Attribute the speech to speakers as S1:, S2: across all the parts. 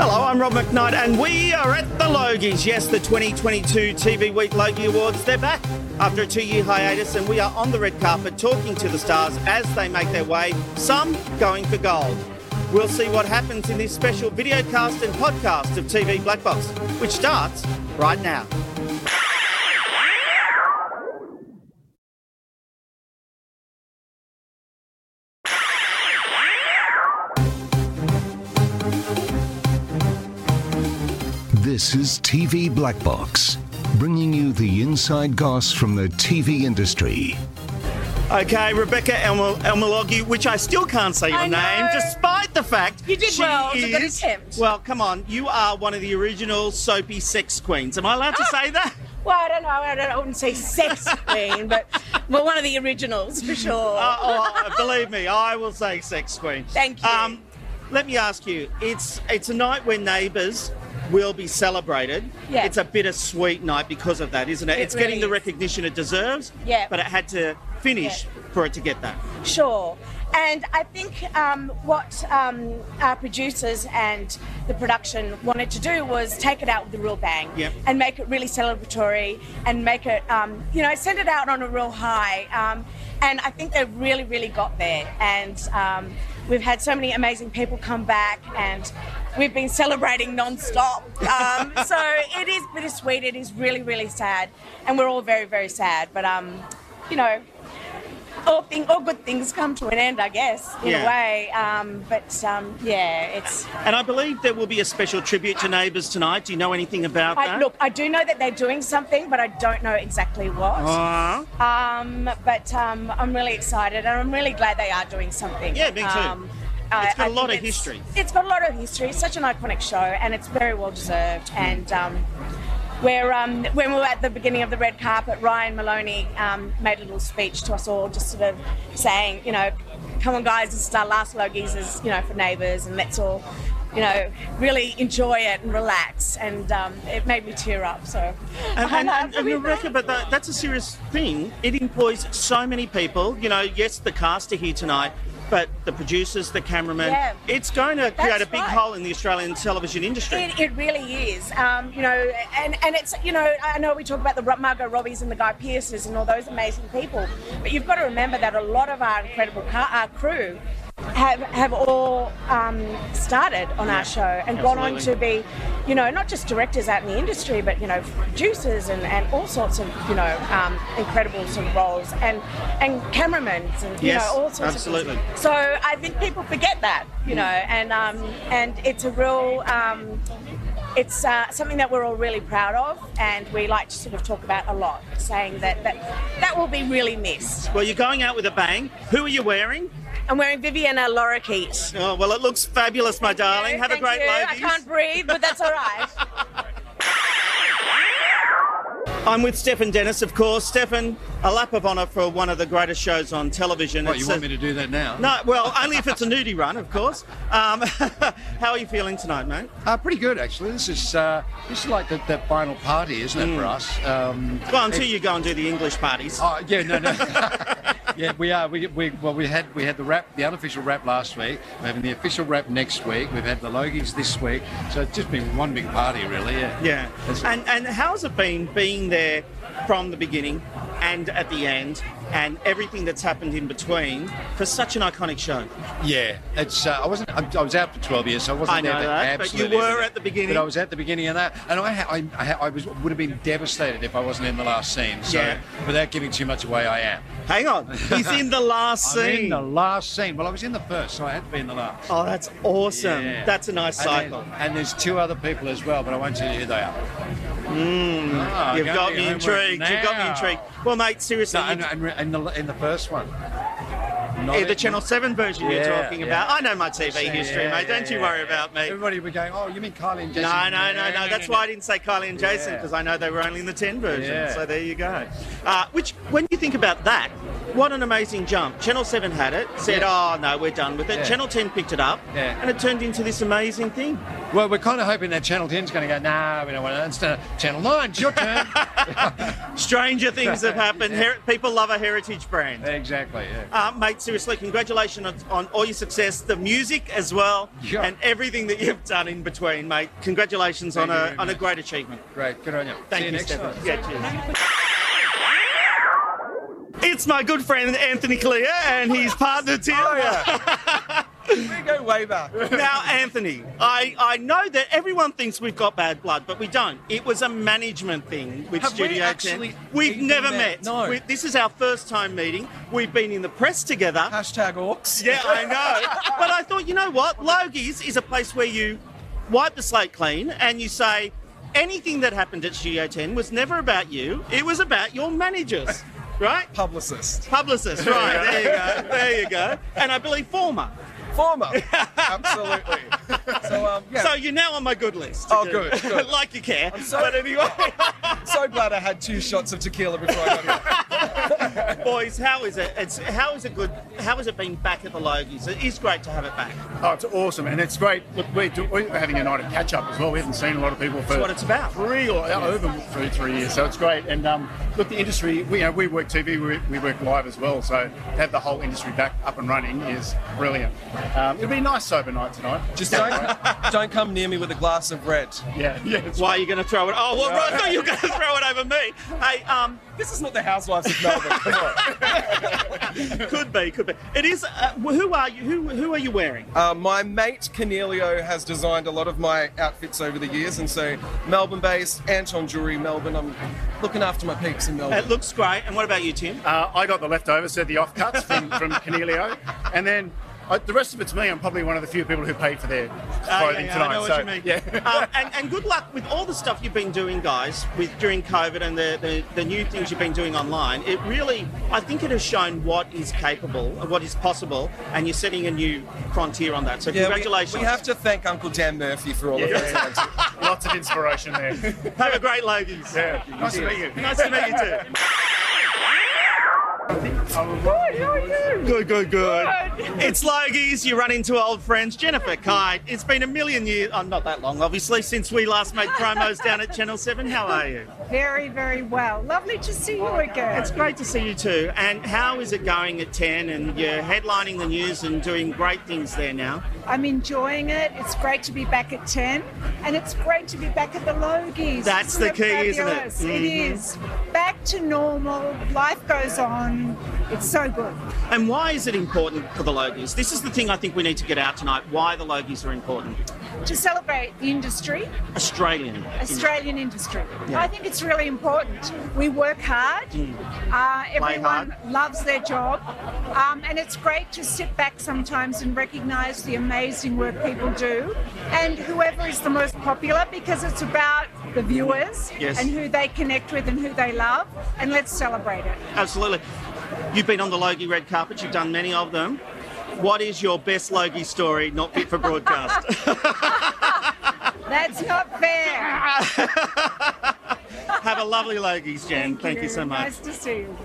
S1: Hello, I'm Rob McKnight, and we are at the Logies. Yes, the 2022 TV Week Logie Awards. They're back after a two year hiatus, and we are on the red carpet talking to the stars as they make their way, some going for gold. We'll see what happens in this special videocast and podcast of TV Black Box, which starts right now.
S2: This is TV Black Box, bringing you the inside goss from the TV industry.
S1: Okay, Rebecca Elmo- Elmologi, which I still can't say your
S3: I
S1: name,
S3: know.
S1: despite the fact
S3: You did
S1: she
S3: well. It was a good
S1: is-
S3: attempt.
S1: Well, come on, you are one of the original soapy sex queens. Am I allowed to say that?
S3: Ah! Well, I don't know. I, don't, I wouldn't say sex queen, but well, one of the originals for sure.
S1: oh, oh, believe me, I will say sex queen. Um,
S3: Thank you.
S1: let me ask you. It's it's a night where neighbours will be celebrated.
S3: Yeah.
S1: It's a bittersweet night because of that, isn't it?
S3: It
S1: it's getting
S3: really
S1: the
S3: is.
S1: recognition it deserves.
S3: Yeah.
S1: But it had to finish for it to get that.
S3: Sure. And I think um, what um, our producers and the production wanted to do was take it out with a real bang
S1: Yep.
S3: and make it really celebratory and make it, um, you know, send it out on a real high. Um, and I think they really, really got there. And um, we've had so many amazing people come back and we've been celebrating non-stop. Um, so it is bittersweet. It is really, really sad. And we're all very, very sad. But, um, you know, all thing, all good things come to an end, I guess, in
S1: Yeah.
S3: a way. Um, but um, yeah, it's.
S1: And I believe there will be a special tribute to neighbours tonight. Do you know anything about
S3: I,
S1: that?
S3: look, I do know that they're doing something, but I don't know exactly what.
S1: Uh,
S3: Um, but um, I'm really excited, and I'm really glad they are doing something. Um,
S1: Yeah, me too.
S4: Um,
S1: It's got a
S3: a
S1: lot of history.
S3: It's got a lot of history. It's such an iconic show, and it's very well deserved. And um, where um, when we were at the beginning of the red carpet, Ryan Maloney um, made a little speech to us all, just sort of saying, you know, come on, guys, this is our last Logies, is you know, for neighbours, and let's all. You know, really enjoy it and relax, and um, it made me tear up. So,
S1: and,
S3: I
S1: and,
S3: know,
S1: and, and
S3: really
S1: Rebecca, but that, that's a serious thing. It employs so many people. You know, yes, the cast are here tonight, but the producers, the cameramen.
S3: Yeah.
S1: It's going to create a big
S3: right.
S1: hole in the Australian television industry.
S3: It, it really is, um, you know, and, and it's you know I know we talk about the Ro- Margot Robbies and the Guy Pearces and all those amazing people, but you've got to remember that a lot of our incredible car, our crew have have all um, started on our show and gone on to
S1: absolutely.
S3: be, you know, not just directors out in the industry, but you know, producers and, and all sorts of you know um, incredible sort of roles and and cameramen and you
S1: Yes,
S3: know all sorts of
S1: absolutely.
S3: things. So I think people forget that, you know, and um, and it's a real, um, it's uh, something that we're all really proud of, and we like to sort of talk about a lot, saying that that that will be really missed.
S1: Well, you're going out with a bang. Who are you wearing?
S3: I'm wearing Viviana Lorikeet.
S1: Oh, well, it looks fabulous, my darling. Have a
S3: Thank
S1: great
S3: you. I
S1: ladies.
S3: can't breathe, but that's all right.
S1: I'm with Stefan Dennis, of course. Stefan, a lap of honour for one of the greatest shows on television.
S5: What, you
S1: It's
S5: want
S1: a-
S5: me to do that now?
S1: No, well, only if it's a nudie run, of course. Um, how are you feeling tonight, mate?
S5: Uh, pretty good, actually. This is uh, this is like the, that final party, isn't it, for us? Um,
S1: Well, until you go and do the English parties.
S5: oh, yeah, no, no. yeah, we are. We, we, well, we had we had the wrap, the unofficial wrap last week. We're having the official wrap next week. We've had the Logies this week. So it's just been one big party, really. Yeah.
S1: Yeah.
S5: That's-
S1: And and how's it been being there from the beginning? and at the end and everything that's happened in between for such an iconic show.
S5: Yeah, it's. Uh, I wasn't. I, I was out for twelve years, so I wasn't
S1: I know
S5: there. for
S1: that, but you
S5: absolutely
S1: were
S5: everything.
S1: at the beginning.
S5: But I was at the beginning of that, and I, ha- I, I, ha- I was would have been devastated if I wasn't in the last scene. So,
S1: Yeah.
S5: without giving too much away, I am.
S1: Hang on, he's in the last
S5: I'm in
S1: scene.
S5: the last scene. Well, I was in the first, so I had to be in the last.
S1: Oh, that's awesome.
S5: Yeah.
S1: That's a nice
S5: And then-
S1: cycle.
S5: and there's two other people as well, but I won't tell you who they are. Ah,
S1: Hmm, You've
S5: go
S1: got
S5: to
S1: me
S5: your homework
S1: intrigued. You've got me
S5: now.
S1: intrigued. Well, mate, seriously,
S5: No,
S1: you-
S5: and, and, re- in, the, in the first one. Not
S1: Yeah,
S5: in-
S1: the Channel 7 version you're
S5: Yeah,
S1: talking
S5: yeah.
S1: about. I know my TV
S5: Yeah,
S1: history,
S5: yeah,
S1: mate. Don't you
S5: yeah,
S1: worry
S5: yeah.
S1: about me.
S5: Everybody would be going, oh, you mean Kylie and Jason?
S1: No, no, no, no. That's why I didn't say Kylie and Jason
S5: Yeah.
S1: because I know they were only in the 10 version.
S5: Yeah.
S1: So there you go. Uh, which, when you think about that, what an amazing jump. Channel 7 had it, said, oh, no, we're done with it.
S5: Yeah.
S1: Channel 10 picked it up,
S5: Yeah.
S1: and it turned into this amazing thing.
S5: Well, we're kind of hoping that Channel 10's going to go, nah, we don't want to. Instead, Channel 9, it's your turn.
S1: Stranger things have happened.
S5: Yeah.
S1: Her- people love a heritage brand.
S5: exactly, yeah.
S1: Uh, mate, seriously, congratulations on, on all your success, the music as well,
S5: Yeah.
S1: and everything that you've done in between, mate. Congratulations
S5: Thank
S1: on
S5: you
S1: a
S5: very
S1: on a
S5: much.
S1: great achievement.
S5: Great, good on you. See
S1: Thank
S5: you,
S1: you,
S5: next
S1: Stefan.
S5: time.
S1: Yeah, cheers. It's my good friend Anthony Clear and his partner Tim.
S5: Oh,
S6: We go way back.
S1: now, Anthony, I, I know that everyone thinks we've got bad blood, but we don't. It was a management thing with
S5: Have we
S1: Studio 10.
S5: actually
S1: We've
S6: even
S1: never met.
S6: met? No.
S1: We- this is our first time meeting. We've been in the press together.
S6: Hashtag orcs.
S1: Yeah, I know. but I thought, you know what? Logies is a place where you wipe the slate clean and you say, anything that happened at Studio 10 was never about you, it was about your managers, right?
S6: Publicist.
S1: Publicist, right. There you go. There you go. And I believe former.
S6: Former. Absolutely. So, um, yeah.
S1: So you're now on my good list.
S6: Oh, good, good.
S1: like you care.
S6: I'm so,
S1: But anyway,
S6: so glad I had two shots of tequila before I got here.
S1: boys, how is it? It's how is it good? How has it been back at the Logies? It is great to have it back.
S7: Oh, it's awesome, and it's great. Look, we're, do, we're having a night of catch up as well. We haven't seen a lot of people for
S1: That's what it's about.
S7: three or uh, over three three years, so it's great. And um, look, the industry, we, you know, we work TV, we, we work live as well, so to have the whole industry back up and running is brilliant. Um, it'll be a nice sober night tonight.
S6: Just don't, don't come near me with a glass of red.
S7: yeah, yeah. it's-
S1: Why are you going to throw it? Oh, well, right, I thought you were going to throw it over me. Hey, um,
S6: This is not the housewives of Melbourne. Come on.
S1: could be, could be. It is. Uh, who are you? Who who are you wearing?
S6: Uh, my mate Cornelio has designed a lot of my outfits over the years, and so Melbourne-based Anton Jury, Melbourne. I'm looking after my peeps in Melbourne.
S1: It looks great. And what about you, Tim?
S7: Uh, I got the leftovers, so the offcuts from, from Cornelio. And then uh, the rest of it's me. I'm probably one of the few people who paid for their clothing
S1: Oh, yeah, yeah,
S7: tonight.
S1: I know what
S7: so,
S1: you mean.
S7: Yeah.
S1: um, and, and good luck with all the stuff you've been doing, guys, with during COVID and the, the, the new things you've been doing online. It really, I think it has shown what is capable, what is possible, and you're setting a new frontier on that. So
S6: Yeah, we-
S1: congratulations.
S6: We, have to thank Uncle Dan Murphy for all of
S7: Yeah.
S6: those. things.
S7: Lots of inspiration there.
S1: Have a great Logies.
S7: Yeah. Nice to meet you.
S1: Nice to meet you too. Good, good, good. It's Logies. You run into old friends. Jennifer Kite. It's been a million years. Oh, not that long, obviously, since we last made promos down at Channel 7. How are you?
S8: Very, very well. Lovely to see you again.
S1: It's great to see you too. And how is it going at 10? And you're headlining the news and doing great things there now.
S8: I'm enjoying it. It's great to be back at 10, and it's great to be back at the Logies.
S1: That's
S8: Isn't
S1: the
S8: it
S1: key, isn't it? Mm-hmm.
S8: fabulous? It is. Back to normal. Life goes on. It's so good.
S1: And why is it important for the Logies? This is the thing I think we need to get out tonight why the Logies are important.
S8: To celebrate the industry,
S1: Australian.
S8: Australian industry. I think it's really important. We work hard.
S1: Mm.
S8: Uh, everyone loves their job, um, and it's great to sit back sometimes and recognise the amazing work people do, and whoever is the most popular because it's about the viewers
S1: Yes.
S8: and who they connect with and who they love, and let's celebrate it.
S1: Absolutely. You've been on the Logie red carpet, you've done many of them. What is your best Logie story not fit for broadcast?
S8: That's not fair.
S1: Have a lovely Logies, Jan. Thank, you. so much.
S8: Nice to see you.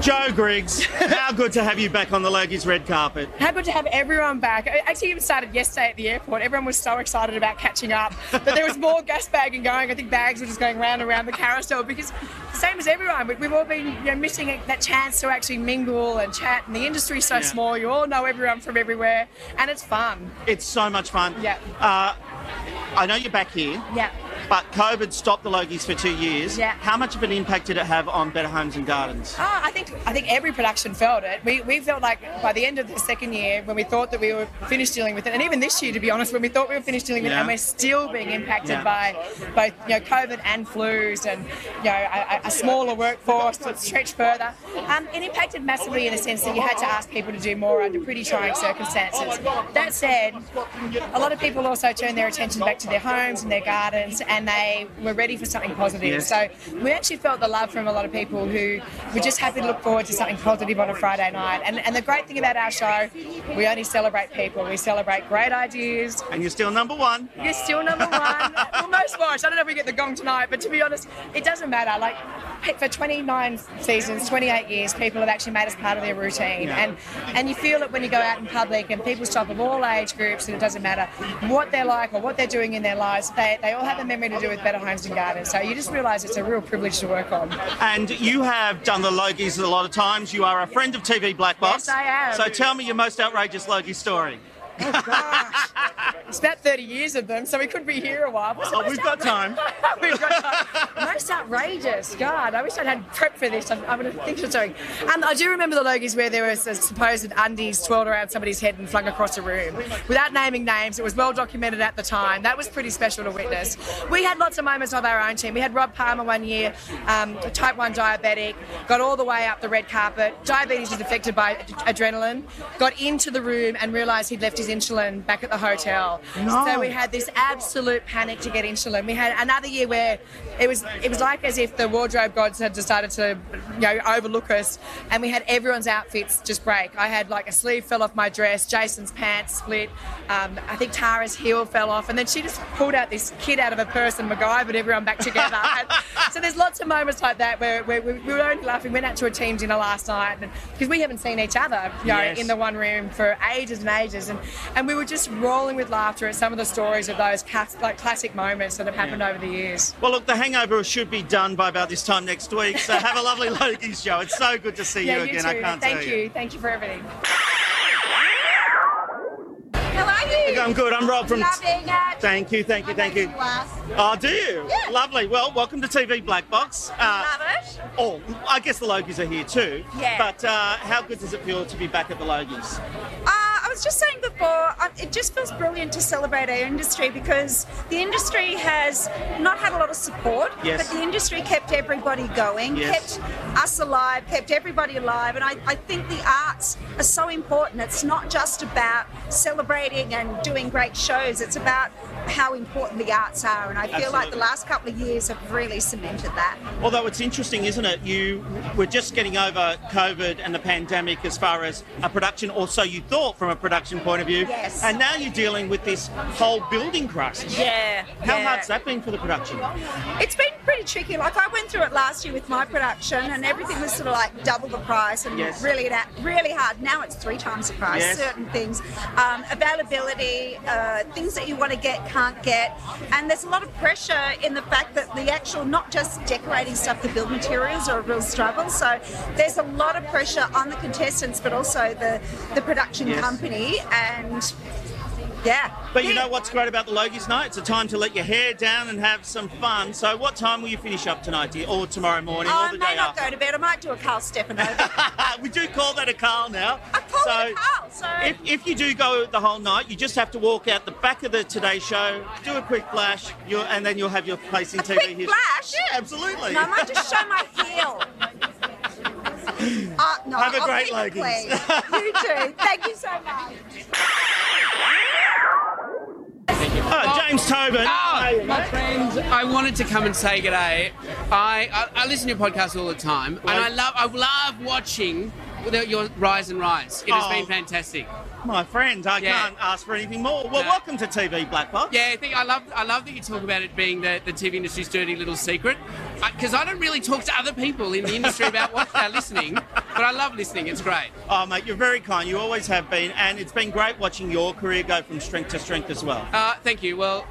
S1: Joe Griggs, how good to have you back on the Logies red carpet.
S4: How good to have everyone back. I actually even started yesterday at the airport. Everyone was so excited about catching up. But there was more gas bagging going. I think bags were just going round and round the carousel because same as everyone, we- we've all been you know, missing that chance to actually mingle and chat. And the industry's so
S1: Yeah.
S4: small. You all know everyone from everywhere. And it's fun.
S1: It's so much fun.
S4: Yeah.
S1: Uh, I know you're back here.
S4: Yeah.
S1: But COVID stopped the Logies for two years.
S4: Yeah.
S1: How much of an impact did it have on Better Homes and Gardens?
S4: Ah, I think I think every production felt it. We, we felt like by the end of the second year, when we thought that we were finished dealing with it, and even this year, to be honest, when we thought we were finished dealing with
S1: Yeah.
S4: it, and we're still being impacted
S1: Yeah.
S4: by both you know COVID and flus, and you know a, a- a smaller workforce that's stretched further. Um, it impacted massively in the sense that you had to ask people to do more under pretty trying circumstances. That said, a lot of people also turned their attention back to their homes and their gardens, and they were ready for something positive.
S9: Yes.
S4: So we actually felt the love from a lot of people who were just happy to look forward to something positive on a Friday night. And, and the great thing about our show, we only celebrate people. We celebrate great ideas.
S1: And you're still number one.
S4: You're still number one. well, most watched. I don't know if we get the gong tonight, but to be honest, it doesn't matter. Like pe- for 29 seasons, 28 years, people have actually made us part of their routine,
S9: Yeah.
S4: and and you feel it when you go out in public and people stop of all age groups, and it doesn't matter what they're like or what they're doing in their lives. They they all have a memory to do with better homes and gardens. So you just realise it's a real privilege to work on.
S1: And you have done the Logies a lot of times. You are a friend of TV Black Box.
S4: Yes, I am.
S1: So tell me your most outrageous Logie story.
S4: Oh, It's about 30 years of them, so we could be here a while. What's the
S1: Oh,
S4: most
S1: we've got
S4: outra-
S1: time.
S4: we've got time. Most outrageous. God, I wish I'd had prep for this. I, I would have think of something. Um, I do remember the Logies where there was a supposed undies twirled around somebody's head and flung across a room. Without naming names, it was well documented at the time. That was pretty special to witness. We had lots of moments of our own team. We had Rob Palmer one year, um, a type 1 diabetic, got all the way up the red carpet. Diabetes is affected by ad- adrenaline. Got into the room and realised he'd left his insulin back at the hotel. So
S9: No.
S4: we had this absolute panic to get insulin. We had another year where it was it was like as if the wardrobe gods had decided to you know overlook us, and we had everyone's outfits just break. I had like a sleeve fell off my dress, Jason's pants split. Um, I think Tara's heel fell off, and then she just pulled out this kid out of a purse and MacGyvered everyone back together. And so there's lots of moments like that where, where we, we were only laughing. We went out to a team dinner last night because we haven't seen each other you know,
S9: Yes.
S4: in the one room for ages and ages, and, and we were just rolling with laughter at some of the stories of those cas- like classic moments that have happened over the years.
S1: Well, look, the hangover should be done by about this time next week. So have a lovely Logies show. It's so good to see
S4: yeah,
S1: you again. I
S4: too.
S1: can't
S4: Thank
S1: tell
S4: you. Thank you for everything.
S1: How are you? I'm good. I'm Rob from.
S9: Loving it.
S1: Thank you, thank you, thank you. Oh, do you? Lovely. Well, welcome to TV Black Box.
S9: Love it.
S1: Oh, I guess the Logies are here too.
S9: Yeah.
S1: But uh, how good does it feel to be back at the Logies?
S9: Uh, I was just saying before, um, it just feels brilliant to celebrate our industry because the industry has not had a lot of support,
S10: Yes.
S9: but the industry kept everybody going,
S10: Yes.
S9: kept us alive, kept everybody alive. And I, I think the arts are so important. It's not just about celebrating and doing great shows, it's about how important the arts are. And I feel like the
S1: Absolutely.
S9: last couple of years have really cemented that.
S1: Although it's interesting, isn't it? You were just getting over COVID and the pandemic as far as a production, or so you thought from a production point of view.
S9: Yes.
S1: And now you're dealing with this whole building crisis.
S9: Yeah,
S1: How
S9: yeah.
S1: hard's that been for the production?
S9: It's been pretty tricky. Like I went through it last year with my production, and everything was sort of like double the price, and
S10: Yes.
S9: really that really hard. Now it's three times the price.
S10: Yes.
S9: Certain things, um, availability, uh, things that you want to get can't get, and there's a lot of pressure in the fact that the actual not just decorating stuff, the build materials are a real struggle. So there's a lot of pressure on the contestants, but also the the production
S1: Yes.
S9: company, and yeah.
S1: But you know what's great about the Logies night? It's a time to let your hair down and have some fun. So, what time will you finish up tonight, dear? Or tomorrow morning, or
S9: I
S1: the
S9: may
S1: day
S9: not
S1: after?
S9: go to bed. I might do a Carl Stefano.
S1: we do call that a Carl now.
S9: Call it a Carl. So
S1: If, if you do go the whole night, you just have to walk out the back of the Today Show, do a quick flash, you'll, and then you'll have your place in TV history.
S9: Flash?
S1: Yeah, absolutely.
S9: No, I might just show my heel. Uh, no,
S1: Have a
S9: I'll
S1: great
S9: keep
S1: Logies.
S9: it clean. You too. Thank you so much.
S1: Oh, James Tobin.
S11: Oh, my friend, I wanted to come and say good day. I, I, I listen to your podcast all the time, and I love I love watching the, your rise and rise. It has
S1: Oh.
S11: been fantastic.
S1: My friend, I
S11: Yeah.
S1: can't ask for anything more. Well,
S11: No.
S1: welcome to TV Black Box.
S11: Yeah, I think I love I love that you talk about it being the, the TV industry's dirty little secret, because I don't really talk to other people in the industry about what they're listening, but I love listening. It's great.
S1: Oh, mate, you're very kind. You always have been, and it's been great watching your career go from strength to strength as well.
S11: Uh, thank you. Well,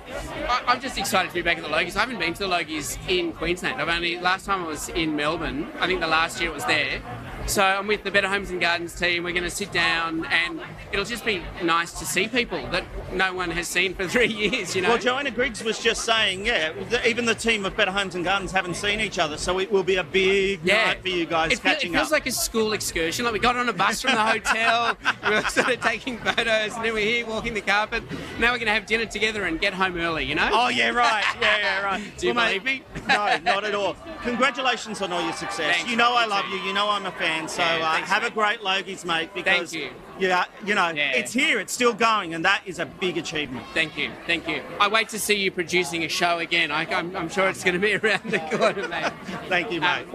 S11: I, I'm just excited to be back at the Logies. I haven't been to the Logies in Queensland. I've only last time I was in Melbourne. I think the last year it was there. So I'm with the Better Homes and Gardens team. We're going to sit down, and it'll just be nice to see people that no one has seen for three years. You know.
S1: Well, Joanna Griggs was just saying, yeah, the, even the team of Better Homes and Gardens haven't seen each other, so it will be a big night for you guys
S11: it, feel-
S1: catching
S11: it feels
S1: up.
S11: like a school excursion. Like we got on a bus from the hotel, we were sort of taking photos, and then we're here walking the carpet. Now we're going to have dinner together and get home early. You know?
S1: Oh yeah, right. Yeah, yeah, right.
S11: Do you
S1: Well,
S11: believe
S1: mate, No, not at all. Congratulations on all your success.
S11: Thanks,
S1: you know
S11: mate,
S1: I
S11: you
S1: love
S11: too.
S1: you. You know I'm a fan. So
S11: Yeah,
S1: uh,
S11: thanks,
S1: have a
S11: mate.
S1: great Logies, mate. Because
S11: you.
S1: Yeah, you know
S11: Yeah.
S1: it's here. It's still going, and that is a big achievement.
S11: Thank you, thank you. I wait to see you producing a show again. I, I'm, I'm sure it's going to be around the corner, mate.
S1: Thank you, mate.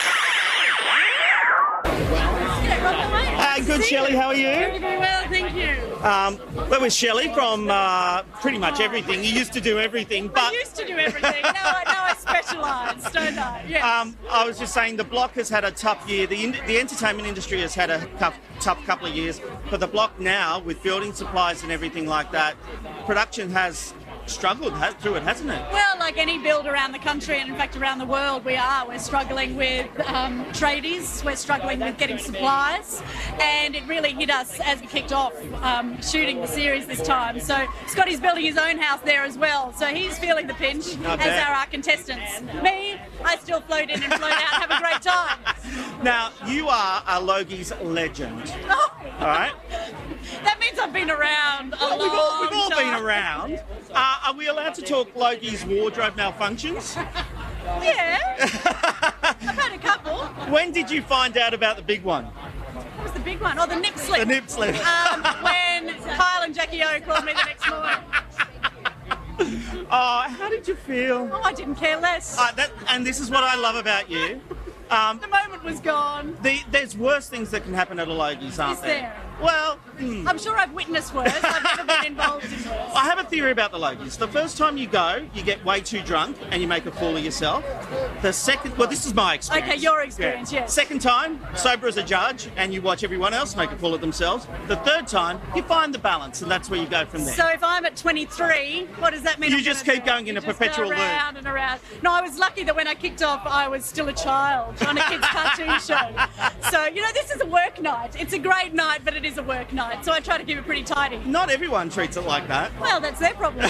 S1: Hey, good, Shelley. How are you?
S10: Very, very well, thank you.
S1: Um, we're with Shelley from uh, pretty much everything. You used to do everything, but
S10: I used to do everything. Now I, now I specialise, don't I? Yes.
S1: Um, I was just saying the block has had a tough year. The, in- the entertainment industry has had a tough, tough couple of years. But the block now, with building supplies and everything like that, production has struggled ha- through it, hasn't it?
S10: Well, like any build around the country and in fact around the world, we are. We're struggling with um, tradies, we're struggling with getting supplies, and it really hit us as we kicked off um, shooting the series this time. So Scotty's building his own house there as well, so he's feeling the pinch
S1: I
S10: as
S1: bet.
S10: are our contestants. Me, I still float in and float out, have a great time.
S1: Now, you are a Logie's legend. All right?
S10: That means I've been around a
S1: Well,
S10: long
S1: we've all, we've all been
S10: time.
S1: around. Uh, are we allowed to talk Logie's wardrobe malfunctions?
S10: Yeah. I've had a couple.
S1: When did you find out about the big one?
S10: What was the big one? Oh, the nip slip.
S1: The nip slip.
S10: Um, when Kyle and Jackie O called me the next morning.
S1: Oh, how did you feel?
S10: Oh, I didn't care less.
S1: Uh, that, and this is what I love about you. Um,
S10: the moment was gone.
S1: The, there's worse things that can happen at a Logies, aren't
S10: Is there?
S1: Well, hmm.
S10: I'm sure I've witnessed worse. I've never been involved in worse.
S1: I have a theory about the Logies. The first time you go, you get way too drunk and you make a fool of yourself. The second, well, this is my experience.
S10: Okay, your experience, yes.
S1: Second time, sober as a judge, and you watch everyone else make a fool of themselves. The third time, you find the balance, and that's where you go from there.
S10: So if I'm at 23, what does that mean?
S1: You
S10: I'm
S1: just
S10: gonna
S1: keep
S10: do?
S1: going in
S10: You
S1: a
S10: just
S1: perpetual
S10: go
S1: loop.
S10: around and around. No, I was lucky that when I kicked off, I was still a child on a kids' cartoon show. So you know, this is a work night. It's a great night, but it is a work night. So I try to keep it pretty tidy.
S1: Not everyone treats it like that.
S10: Well, that's their problem.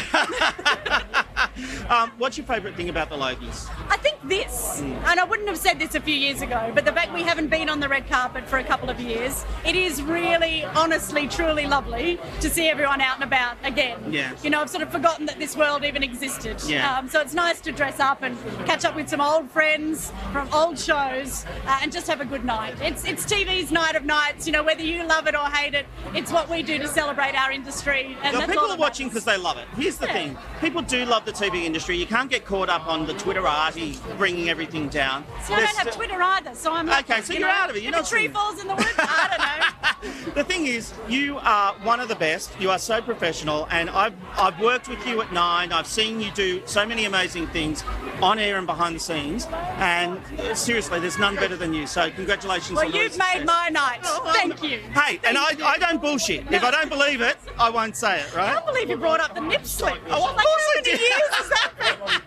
S1: Um, what's your favourite thing about the Logies?
S10: I think this, and I wouldn't have said this a few years ago, but the fact we haven't been on the red carpet for a couple of years, it is really, honestly, truly lovely to see everyone out and about again.
S1: Yeah.
S10: You know, I've sort of forgotten that this world even existed.
S1: Yeah.
S10: Um, so it's nice to dress up and catch up with some old friends from old shows uh, and just have a good night. It's, it's TV's night of nights, you know, whether you love it or hate it, it's what we do to celebrate our industry. And
S1: Now,
S10: that's
S1: people
S10: all
S1: are
S10: that
S1: watching because they love it. Here's the
S10: Yeah.
S1: thing: people do love the TV industry. You can't get caught up on the Twitterati bringing everything down.
S10: See, I
S1: There's
S10: don't have
S1: st-
S10: Twitter either, so I'm
S1: Okay,
S10: lucky,
S1: so
S10: you
S1: you're
S10: know?
S1: out of it. You're
S10: if
S1: not
S10: a tree
S1: seeing it.
S10: falls in the woods, I don't know.
S1: The thing is, you are one of the best. You are so professional, and I've I've worked with you at Nine. I've seen you do so many amazing things on air and behind the scenes. And uh, seriously, there's none better than you. So congratulations.
S10: Well,
S1: on all your
S10: you've made
S1: success.
S10: my night. Thank you.
S1: Oh, Hey, and I, I don't bullshit. If I don't believe it, I won't say it. Right?
S10: I can't believe you brought up the nip slip.
S1: Oh, of
S10: like,
S1: course I
S10: how many
S1: did.
S10: years is that?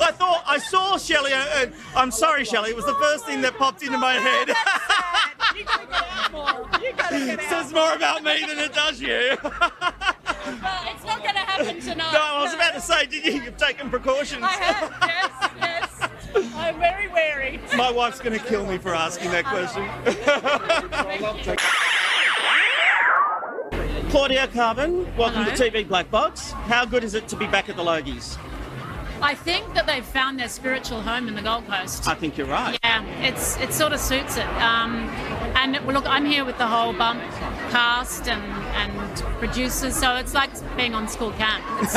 S1: I thought I saw Shelley. uh, uh, I'm sorry, Shelley. It was the first thing that popped into my head.
S10: You gotta get out more. You gotta get out.
S1: Says more about me than it does you.
S10: Well, it's not gonna happen tonight.
S1: No, I was about to say, did you? You've taken precautions.
S10: I have. Yes, yes. I'm very wary.
S1: My wife's going to kill me for asking that question. Claudia Carbon, welcome to TV Black Box. How good is it to be back at the Logies?
S12: I think that they've found their spiritual home in the Gold Coast.
S1: I think you're right.
S12: Yeah, it's it sort of suits it. Um, and well, look, I'm here with the whole bump cast and and producers, so it's like being on school camp. It's,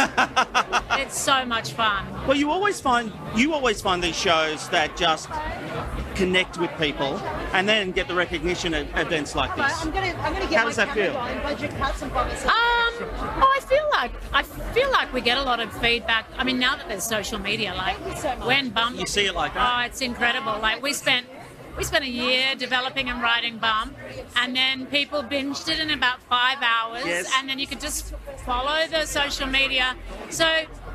S12: it's so much fun.
S1: Well, you always find you always find these shows that just connect with people and then get the recognition at events like this.
S12: gonna I'm gonna
S1: get How my does that camera feel? going,
S12: budget cuts and promises. Um, oh, I feel like I feel like we get a lot of feedback. I mean, now that there's social media, like when bump,
S1: You see it like that.
S12: oh, it's incredible. Like we spent. We spent a year developing and writing Bump, and then people binged it in about five hours,
S13: Yes.
S12: and then you could just follow the social media. So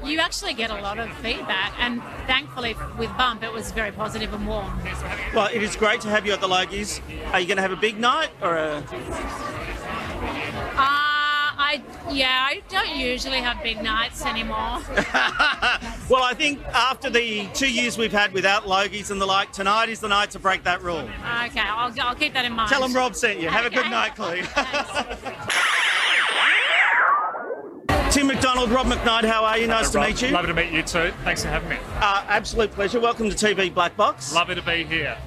S12: you actually get a lot of feedback, and thankfully with Bump, it was very positive and warm.
S1: Well, it is great to have you at the Logies. Are you going to have a big night or a?
S12: Uh, I yeah, I don't usually have big nights anymore.
S1: Well, I think after the two years we've had without Logies and the like, tonight is the night to break that rule.
S12: Okay, I'll, I'll keep that in mind.
S1: Tell them Rob sent you. Have a good
S12: Okay.
S1: night, Chloe. Tim McDonald, Rob McKnight, how are you? Nice to meet you.
S13: Lovely to meet you too. Thanks for having me.
S1: Uh, absolute pleasure. Welcome to TV Black Box.
S13: Lovely to be here.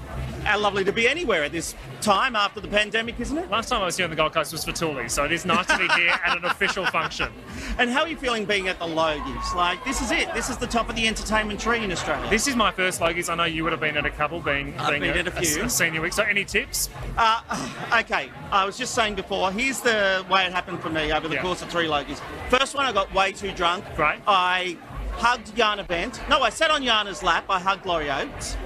S1: And lovely to be anywhere at this time after the pandemic, isn't it?
S13: Last time I was here on the Gold Coast was for Tooley, so it is nice to be here at an official function.
S1: And how are you feeling being at the Logies? Like, this is it. This is the top of the entertainment tree in Australia.
S13: This is my first Logies. I know you would have been at a couple, being,
S1: I've
S13: being
S1: been at a few.
S13: senior week. So any tips?
S1: Uh, okay, I was just saying before, here's the way it happened for me over the course of three Logies. First one, I got way too drunk. Right. I hugged Yana Bent. No, I sat on Yana's lap. I hugged Laurie Oates.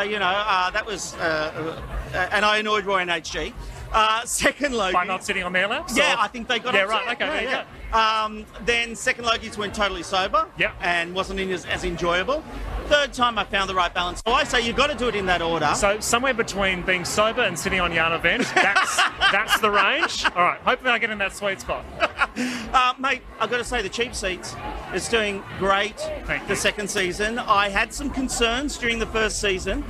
S1: you know, uh, that was. Uh, uh, and I annoyed Roy and HG. Uh, second Logie. By not
S13: sitting on their laps?
S1: Yeah,
S13: or-
S1: I think they got
S13: Yeah,
S1: upset.
S13: right, okay, there you go.
S1: Um, then second Logies went totally sober and wasn't in as, as enjoyable. Third time I found the right balance. So I say you've got to do it in that order.
S13: So somewhere between being sober and sitting on Yarn event, that's that's the range. All right, hopefully I get in that sweet spot.
S1: Uh, mate, I've got to say the cheap seats is doing great. the second season, I had some concerns during the first season,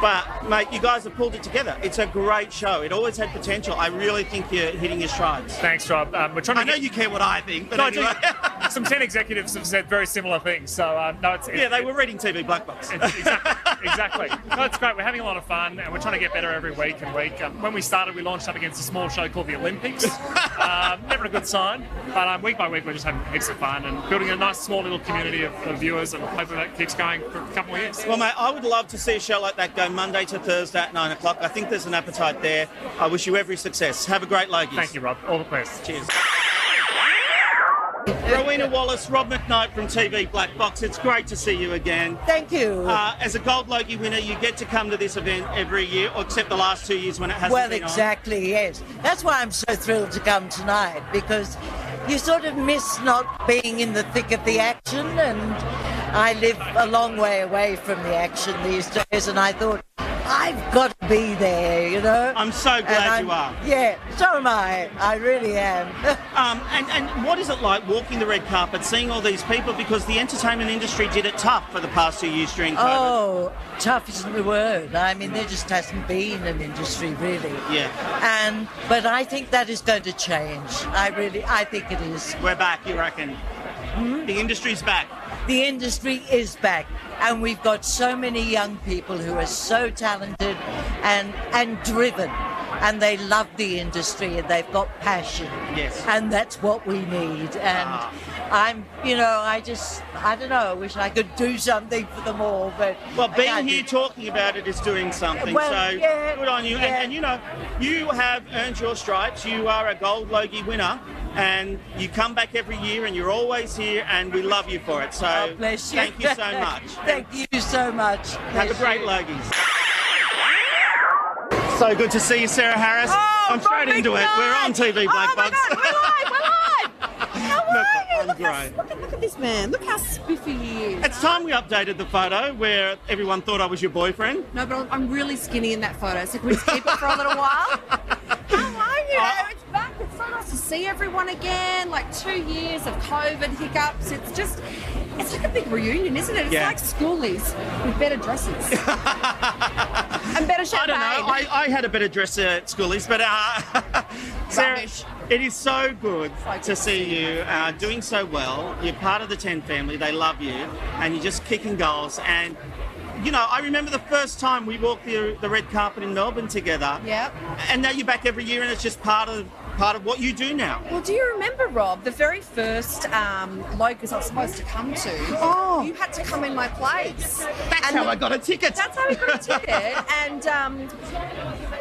S1: but mate, you guys have pulled it together. It's a great show. It always had potential. I really think you're hitting your strides.
S13: Thanks, Rob. Um, we're trying to
S1: I know you care what I think, but
S13: No, I do.
S1: anyway.
S13: some ten executives have said very similar things. So um, no, it's,
S1: Yeah, they were reading TV Black Box.
S13: exactly. No, it's great. We're having a lot of fun, and we're trying to get better every week and week. Um, when we started, we launched up against a small show called the Olympics. um, never a good sign, but um, week by week, we're just having heaps of fun and building a nice small little community of, of viewers, and hopefully that keeps going for a couple of years.
S1: Well, mate, I would love to see a show like that go Monday to Thursday at nine o'clock. I think there's an appetite there. I wish you every success. Have a great Logies. Thank
S13: you, Rob. All the best.
S1: Cheers. Rowena Wallace, Rob McKnight from TV Black Box. It's great to see you again.
S14: Thank you.
S1: Uh, as a Gold Logie winner, you get to come to this event every year, or except the last two years when it hasn't
S14: well,
S1: been on.
S14: exactly, yes. That's why I'm so thrilled to come tonight because you sort of miss not being in the thick of the action, and I live a long way away from the action these days, and I thought. I've got to be there, you know.
S1: I'm so
S14: And
S1: glad
S14: I'm-
S1: you are.
S14: Yeah, so am I. I really am.
S1: um, and, and what is it like walking the red carpet, seeing all these people? Because the entertainment industry did it tough for the past two years during COVID.
S14: Oh, tough isn't the word. I mean, there just hasn't been an industry really.
S1: Yeah.
S14: And but I think that is going to change. I really, I think it is. Hmm?
S1: We're back, you reckon? The industry's back.
S14: The industry is back, and we've got so many young people who are so talented and and driven, and they love the industry and they've got passion.
S1: Yes. Ah.
S14: And that's what we need. And I'm, you know, I just, I don't know. I wish I could do something for them all, but
S1: Well,
S14: I
S1: being
S14: can't do
S1: here talking about it is doing something.
S14: Well,
S1: so
S14: yeah,
S1: good on you. And-
S14: yeah.
S1: And, you know, you have earned your stripes. You are a Gold Logie winner, and you come back every year, and you're always here, and we love you for it. So
S14: bless you.
S1: thank you so much.
S14: Thank you so much.
S1: Have a great Logies. So good to see you, Sarah Harris.
S15: Oh,
S1: I'm straight into it. We're on TV, Black Box. Look, I'm great.
S15: Look at this man. Look how spiffy he is.
S1: It's time we updated the photo where everyone thought I was your boyfriend.
S15: No, but I'm- I'm really skinny in that photo, so can we just keep it for a little while? Hello,
S1: Oh.
S15: you know, it's back. It's so nice to see everyone again. Like two years of COVID hiccups. It's just, it's like a big reunion, isn't it? It's
S1: Yeah.
S15: like schoolies with better dresses and better
S1: I
S15: champagne.
S1: don't know. I, I had a better dress at schoolies, but uh, Sarah, it is so good to see you uh, doing so well. You're part of the Ten family. They love you, and you're just kicking goals. And you know, I remember the first time we walked the, the red carpet in Melbourne together.
S15: Yep.
S1: And now you're back every year, and it's just part of part of what you do now.
S15: Well, do you remember, Rob, the very first um, locus I was supposed to come to? Oh. You had to come in my place. That's
S1: how I got a ticket.
S15: That's how we got a ticket. and um,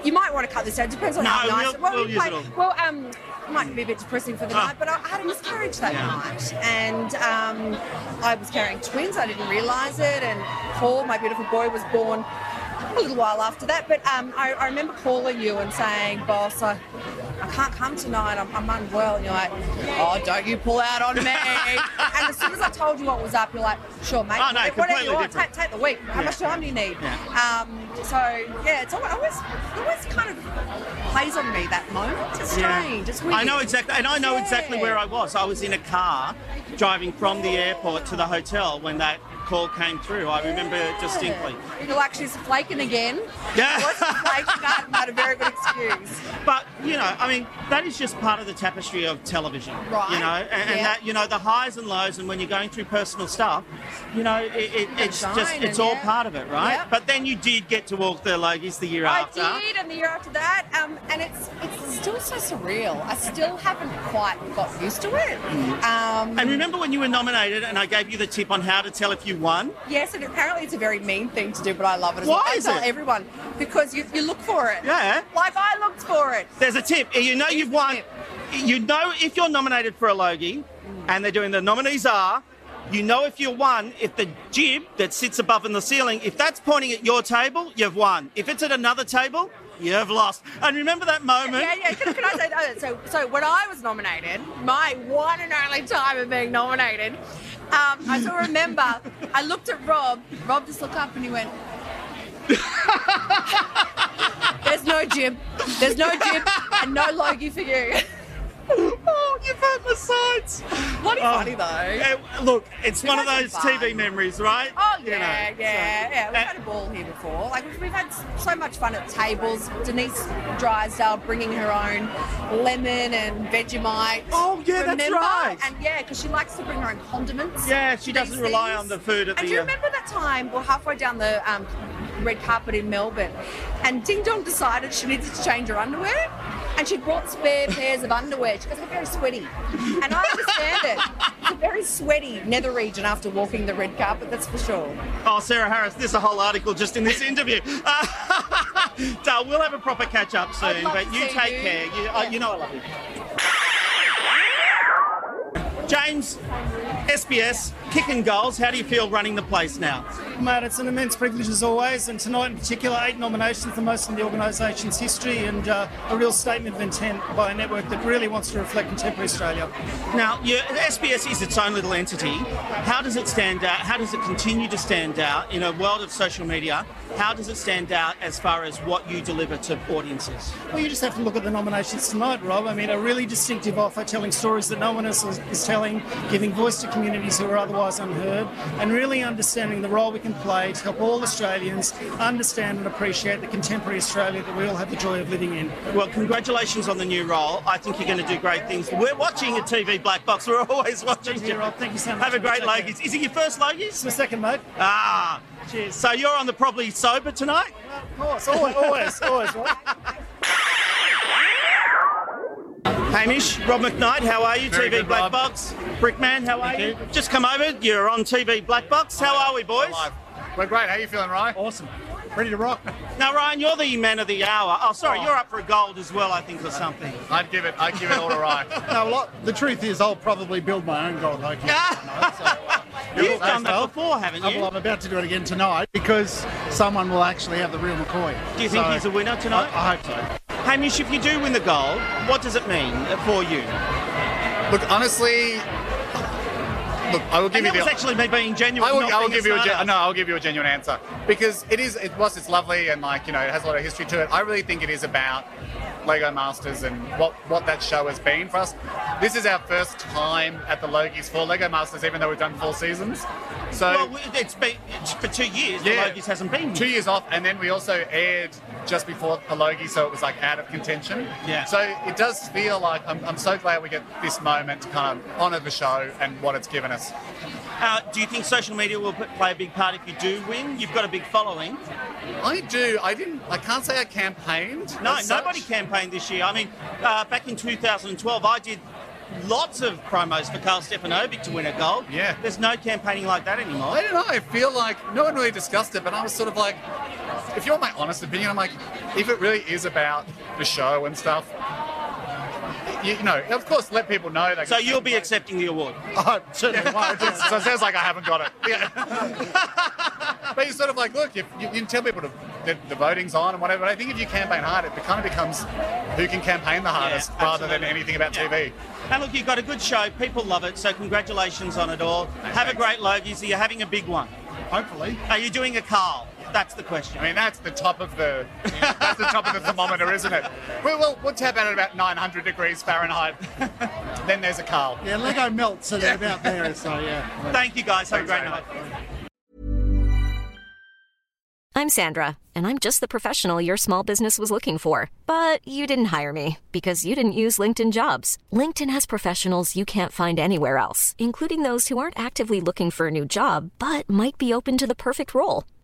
S15: you might want to cut this out. Depends on
S1: No,
S15: how nice
S1: we'll-
S15: well,
S1: we'll
S15: we
S1: use
S15: played-
S1: it all.
S15: Well, um, it might be a bit depressing for the
S1: Ah.
S15: night, but I had a miscarriage that
S1: Yeah.
S15: night. And um, I was carrying twins. I didn't realise it. And Paul, my beautiful boy, was born a little while after that. But um, I, I remember calling you and saying, boss, I, I can't come tonight. I'm, I'm unwell. And you're like, oh, don't you pull out on me. and as soon as I told you what was up, you're like, sure, mate.
S1: Oh, no,
S15: whatever
S1: completely
S15: you want, take,
S1: different.
S15: take the week. How
S1: Yeah.
S15: much time do you need?
S1: Yeah.
S15: Um, so yeah, it's always, always, it always kind of plays on me that moment. It's
S1: Yeah.
S15: strange. It's weird.
S1: I know exactly, and I know
S15: Yeah.
S1: exactly where I was. I was in a car driving from the airport to the hotel when that call came through. I remember it distinctly.
S15: You're like, she's flaking again.
S1: Yeah.
S15: It wasn't flaking. That not a very good excuse.
S1: But you know, I mean, that is just part of the tapestry of television,
S15: Right.
S1: You know, and, and
S15: Yeah.
S1: that you know the highs and lows, and when you're going through personal stuff, you know, it, it, it's
S15: shine
S1: just it's
S15: and
S1: all
S15: yeah.
S1: part of it, right?
S15: Yep.
S1: But then you did get to walk the Logies the year
S15: I
S1: after.
S15: did, and the year after that, um, and it's it's still so surreal. I still haven't quite got used to it.
S1: Mm.
S15: Um,
S1: and remember when you were nominated, and I gave you the tip on how to tell if you won.
S15: Yes, and apparently it's a very mean thing to do, but I love it. as
S1: Why
S15: well. I
S1: is
S15: tell
S1: it?
S15: everyone because you, you look for it.
S1: Yeah.
S15: Like I looked for it.
S1: There's a tip. You know you've won. You know if you're nominated for a Logie, and they're doing the nominees are. You know if you won, if the jib that sits above in the ceiling, if that's pointing at your table, you've won. If it's at another table, you've lost. And remember that moment.
S15: Yeah, yeah. Can, can I say that? So, so when I was nominated, my one and only time of being nominated, um, I still remember. I looked at Rob. Rob just looked up and he went. There's no jib. There's no jib and no Logie for you.
S1: oh, you've hurt my sides.
S15: Bloody
S1: Oh,
S15: funny though.
S1: eh, look, it's
S15: It
S1: one of
S15: wasn't
S1: those
S15: fun.
S1: TV memories, right?
S15: Oh
S1: You know,
S15: yeah, yeah,
S1: so-
S15: yeah. We've had a ball here before. Like we've, we've had s- so much fun at tables. Denise Drysdale bringing her own lemon and Vegemite.
S1: Oh yeah, that's
S15: remember?
S1: right.
S15: And yeah, because she likes to bring her own condiments.
S1: Yeah, she
S15: and these
S1: doesn't rely on the food at the,
S15: and do you
S1: uh,
S15: remember that time? We're halfway down the um, red carpet in Melbourne, and Ding Dong decided she needed to change her underwear, and she brought spare pairs of underwear. She goes, "I'm very sweaty," and I understand it. It's a very sweaty nether region after walking the red carpet. That's for sure.
S1: Oh, Sarah Harris, there's a whole article just in this interview. Dale, we'll have a proper catch up soon,
S15: love
S1: but
S15: to
S1: you
S15: see
S1: take
S15: you.
S1: care. You, uh, you know I love you. James, SBS, kicking goals. How do you feel running the place now?
S16: Mate, it's an immense privilege as always, and tonight in particular, eight nominations, the most in the organisation's history, and uh, a real statement of intent by a network that really wants to reflect contemporary Australia.
S1: Now, your SBS is its own little entity. How does it stand out? How does it continue to stand out in a world of social media? How does it stand out as far as what you deliver to audiences?
S16: Well, you just have to look at the nominations tonight, Rob. I mean, a really distinctive offer, telling stories that no one else is, is telling, giving voice to communities who are otherwise unheard, and really understanding the role we can play to help all Australians understand and appreciate the contemporary Australia that we all have the joy of living in.
S1: Well, congratulations on the new role. I think you're going to do great things. We're watching a TV black box. We're always watching.
S16: Thank you, Rob. Thank you so much.
S1: Have a great
S16: Take care.
S1: Logies. Is it your first Logies?
S16: My second, mate.
S1: Ah. Cheers. So you're on the probably sober tonight?
S16: Of course, always, always, always, Rob.
S1: Hamish, Rob McKnight, how are you?
S16: Very
S1: TV
S16: good,
S1: Black
S16: Rob.
S1: Box. Brickman, how are you? Just come over. You're on TV Black Box. How are we, boys?
S17: We're great. How you feeling, Ryan? Awesome. Ready to rock.
S1: Now, Ryan, you're the man of the hour. Oh, sorry,
S17: Oh.
S1: you're up for a gold as well, I think, or something.
S17: I'd give it. I'd give it all to Ryan. no, a lot, the truth is, I'll probably build my own gold like you.
S1: You've done that before, haven't you?
S17: uh, Well, I'm about to do it again tonight because someone will actually have the real McCoy.
S1: Do you think
S17: So-
S1: he's a winner tonight?
S17: I, I hope so.
S1: Hamish, if you do win the gold, what does it mean for you?
S17: Look, honestly, look, I will
S1: And
S17: give you
S1: that
S17: the.
S1: was actually me being genuine.
S17: I will,
S1: not
S17: I will
S1: being
S17: give you a
S1: smartass.
S17: gen- no. I'll give you a genuine answer because it is. It was. It's lovely and like you know, it has a lot of history to it. I really think it is about Lego Masters and what what that show has been for us. This is our first time at the Logies for Lego Masters, even though we've done four seasons. So
S1: well, it's been it's for two years.
S17: yeah,
S1: The Logies hasn't been.
S17: two years off, and then we also aired just before the Logie, so it was like out of contention.
S1: Yeah.
S17: So it does feel like I'm, I'm so glad we get this moment to kind of honour the show and what it's given us.
S1: Uh, do you think social media will p- play a big part if you do win? You've got a big following.
S17: I do. I didn't. I can't say I campaigned.
S1: No,
S17: as such.
S1: nobody campaigned this year. I mean, uh, back in 2012, I did lots of promos for Carl Stefanovic to win a gold. Yeah. There's no campaigning like that anymore.
S17: I don't know. I feel like no one really discussed it, but I was sort of like, if you want my honest opinion, I'm like, if it really is about the show and stuff, you, you know, of course, let people know. They
S1: So you'll be accepting the award.
S17: I certainly won't. So it sounds like I haven't got it. Yeah. but you're sort of like, look, if you, you can tell people to the, the voting's on and whatever. But I think if you campaign hard, it kind of becomes who can campaign the hardest rather than anything about TV.
S1: And look, you've got a good show. People love it. So congratulations on it all. Have a great Logie. So you're having a big one.
S17: Hopefully.
S1: Are you doing a Carl? That's the question.
S17: I mean, that's the top of the that's the top of the thermometer, isn't it? Well, we'll, we'll tap out at about 900 degrees Fahrenheit. then there's a Carl.
S18: Yeah, Lego melts, so they're about there. So yeah.
S1: Thank you guys. Have a great night.
S19: I'm Sandra, and I'm just the professional your small business was looking for. But you didn't hire me because you didn't use LinkedIn jobs. LinkedIn has professionals you can't find anywhere else, including those who aren't actively looking for a new job but might be open to the perfect role,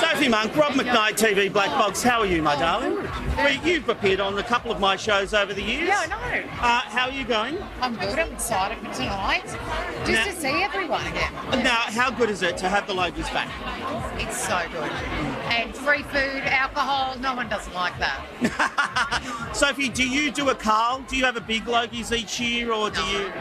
S1: Sophie Monk, Rob McKnight, TV Black Box. How are you, my darling? Well, you've appeared on a couple of my shows over the years.
S20: Yeah, I know.
S1: Uh, how are you going?
S20: I'm good. I'm excited for tonight. Just
S1: Now-
S20: to see everyone again.
S1: Now, how good is it to have the Logies back?
S20: It's so good. And free food, alcohol. No one doesn't like that.
S1: Sophie, do you do a Carl? Do you have a big Logies each year, or do you?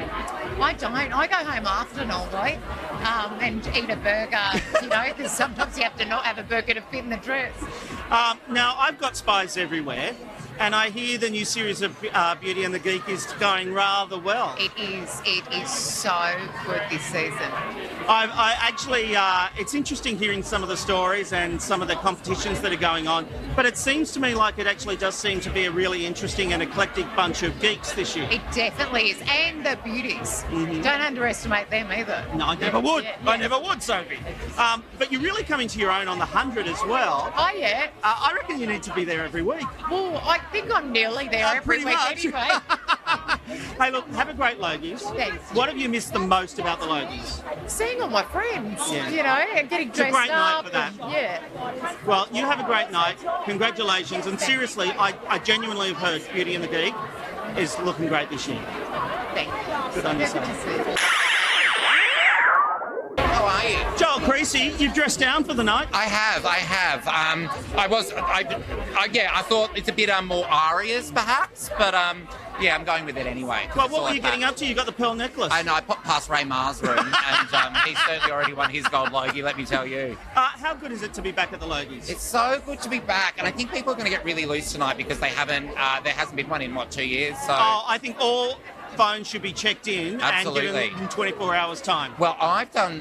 S20: I don't. I go home after an all day um, and eat a burger. You know, because sometimes you have to not have a burger to fit in the dress.
S1: Um, now, I've got spies everywhere, and I hear the new series of uh, Beauty and the Geek is going rather well.
S20: It is. It is so good this season.
S1: I've, I actually, uh, it's interesting hearing some of the stories and some of the competitions that are going on, but it seems to me like it actually does seem to be a really interesting and eclectic bunch of geeks this year.
S20: It definitely is. And the beauties. Don't underestimate them either.
S1: Mm-hmm. No, I never would.
S20: Yeah,
S1: I never would, Sophie. Um, but you're really coming to your own on the 100 as well.
S20: Oh, yeah.
S1: Uh, I reckon you need to be there every week.
S20: Well, I think I'm nearly there
S1: Uh,
S20: every
S1: pretty
S20: week
S1: much.
S20: anyway.
S1: Hey, look, have a great Logies.
S20: Thanks.
S1: What have you missed the most about the Logies?
S20: Seeing all my friends,
S1: Yeah.
S20: you know, and getting
S1: It's a
S20: dressed
S1: great night
S20: up.
S1: for that.
S20: and- yeah.
S1: Well, you have a great night. Congratulations. And seriously, I, I genuinely have heard Beauty and the Geek is looking great this year.
S20: Thank you.
S1: Good on you, Sophie.
S21: How are you?
S1: Joel Creasy, you've dressed down for the night.
S21: I have, I have. Um, I was, I, I, yeah, I thought it's a bit um, more arias perhaps, but um, yeah, I'm going with it anyway.
S1: Well, what were you getting up to? You got the pearl necklace.
S21: I know, I popped past Ray Ma's room, and um, he's certainly already won his gold Logie, let me tell you.
S1: Uh, how good is it to be back at the Logies?
S21: It's so good to be back, and I think people are going to get really loose tonight because they haven't, uh, there hasn't been one in, what, two years? So.
S1: Oh, I think all phones should be checked in and
S21: Absolutely.
S1: given in 24 hours' time.
S21: Well, I've done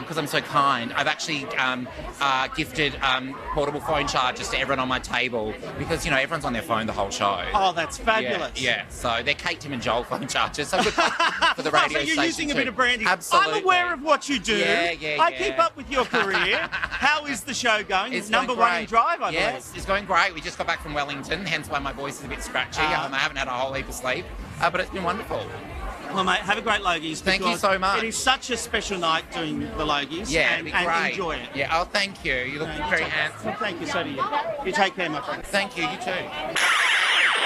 S21: because I'm so kind. I've actually um, uh, gifted um, portable phone chargers to everyone on my table because you know everyone's on their phone the whole show.
S1: Oh, that's fabulous.
S21: Yeah, yeah. so they're Kate, Tim, and Joel phone chargers. So good for the radio
S1: so you're
S21: station
S1: using a
S21: too.
S1: bit of branding.
S21: Absolutely.
S1: I'm aware of what you do.
S21: Yeah, yeah,
S1: I
S21: yeah.
S1: keep up with your career. How is the show going?
S21: It's
S1: number
S21: going
S1: one in
S21: great.
S1: drive, I
S21: yes, it's going great. We just got back from Wellington, hence why my voice is a bit scratchy.
S1: Ah.
S21: Um, I haven't had a whole heap of sleep, uh, but it's been wonderful.
S1: believe. Well, mate, have a great Logies.
S21: Thank you
S1: because
S21: so much.
S1: It is such a special night doing the Logies. and,
S21: Yeah, it'd be
S1: and
S21: great.
S1: enjoy it.
S21: Yeah, oh, thank you. You look
S1: No, you
S21: very
S1: take-
S21: handsome.
S1: Thank you, so do you. You take care, my friend.
S21: Thank you, you too.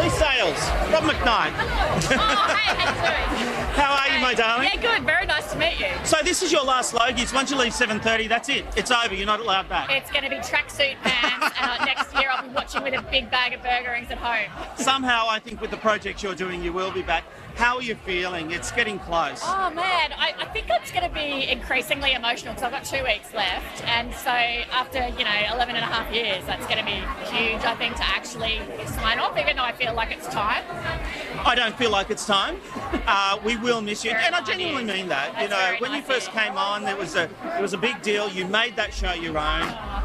S1: Lee Sales, Rob McKnight.
S22: Oh,
S1: How are you, my darling?
S22: Yeah, good. Very nice to meet you.
S1: So this is your last Logies. Once you leave 7.30, that's it. It's over. You're not allowed back.
S22: It's going to be tracksuit pants, and uh, next year I'll be watching with a big bag of burger rings at home.
S1: Somehow, I think with the projects you're doing, you will be back. How are you feeling? It's getting close.
S22: Oh man, I, I think it's going to be increasingly emotional because I've got two weeks left, and so after you know 11 and a half years, that's going to be huge. I think to actually sign off, even though I feel like it's time.
S1: I don't feel like it's time. Uh, we will miss you, and I genuinely mean that. you
S22: That's
S1: know,
S22: very
S1: when you
S22: nice
S1: first came on, it was a it was a big deal. You made that show your own.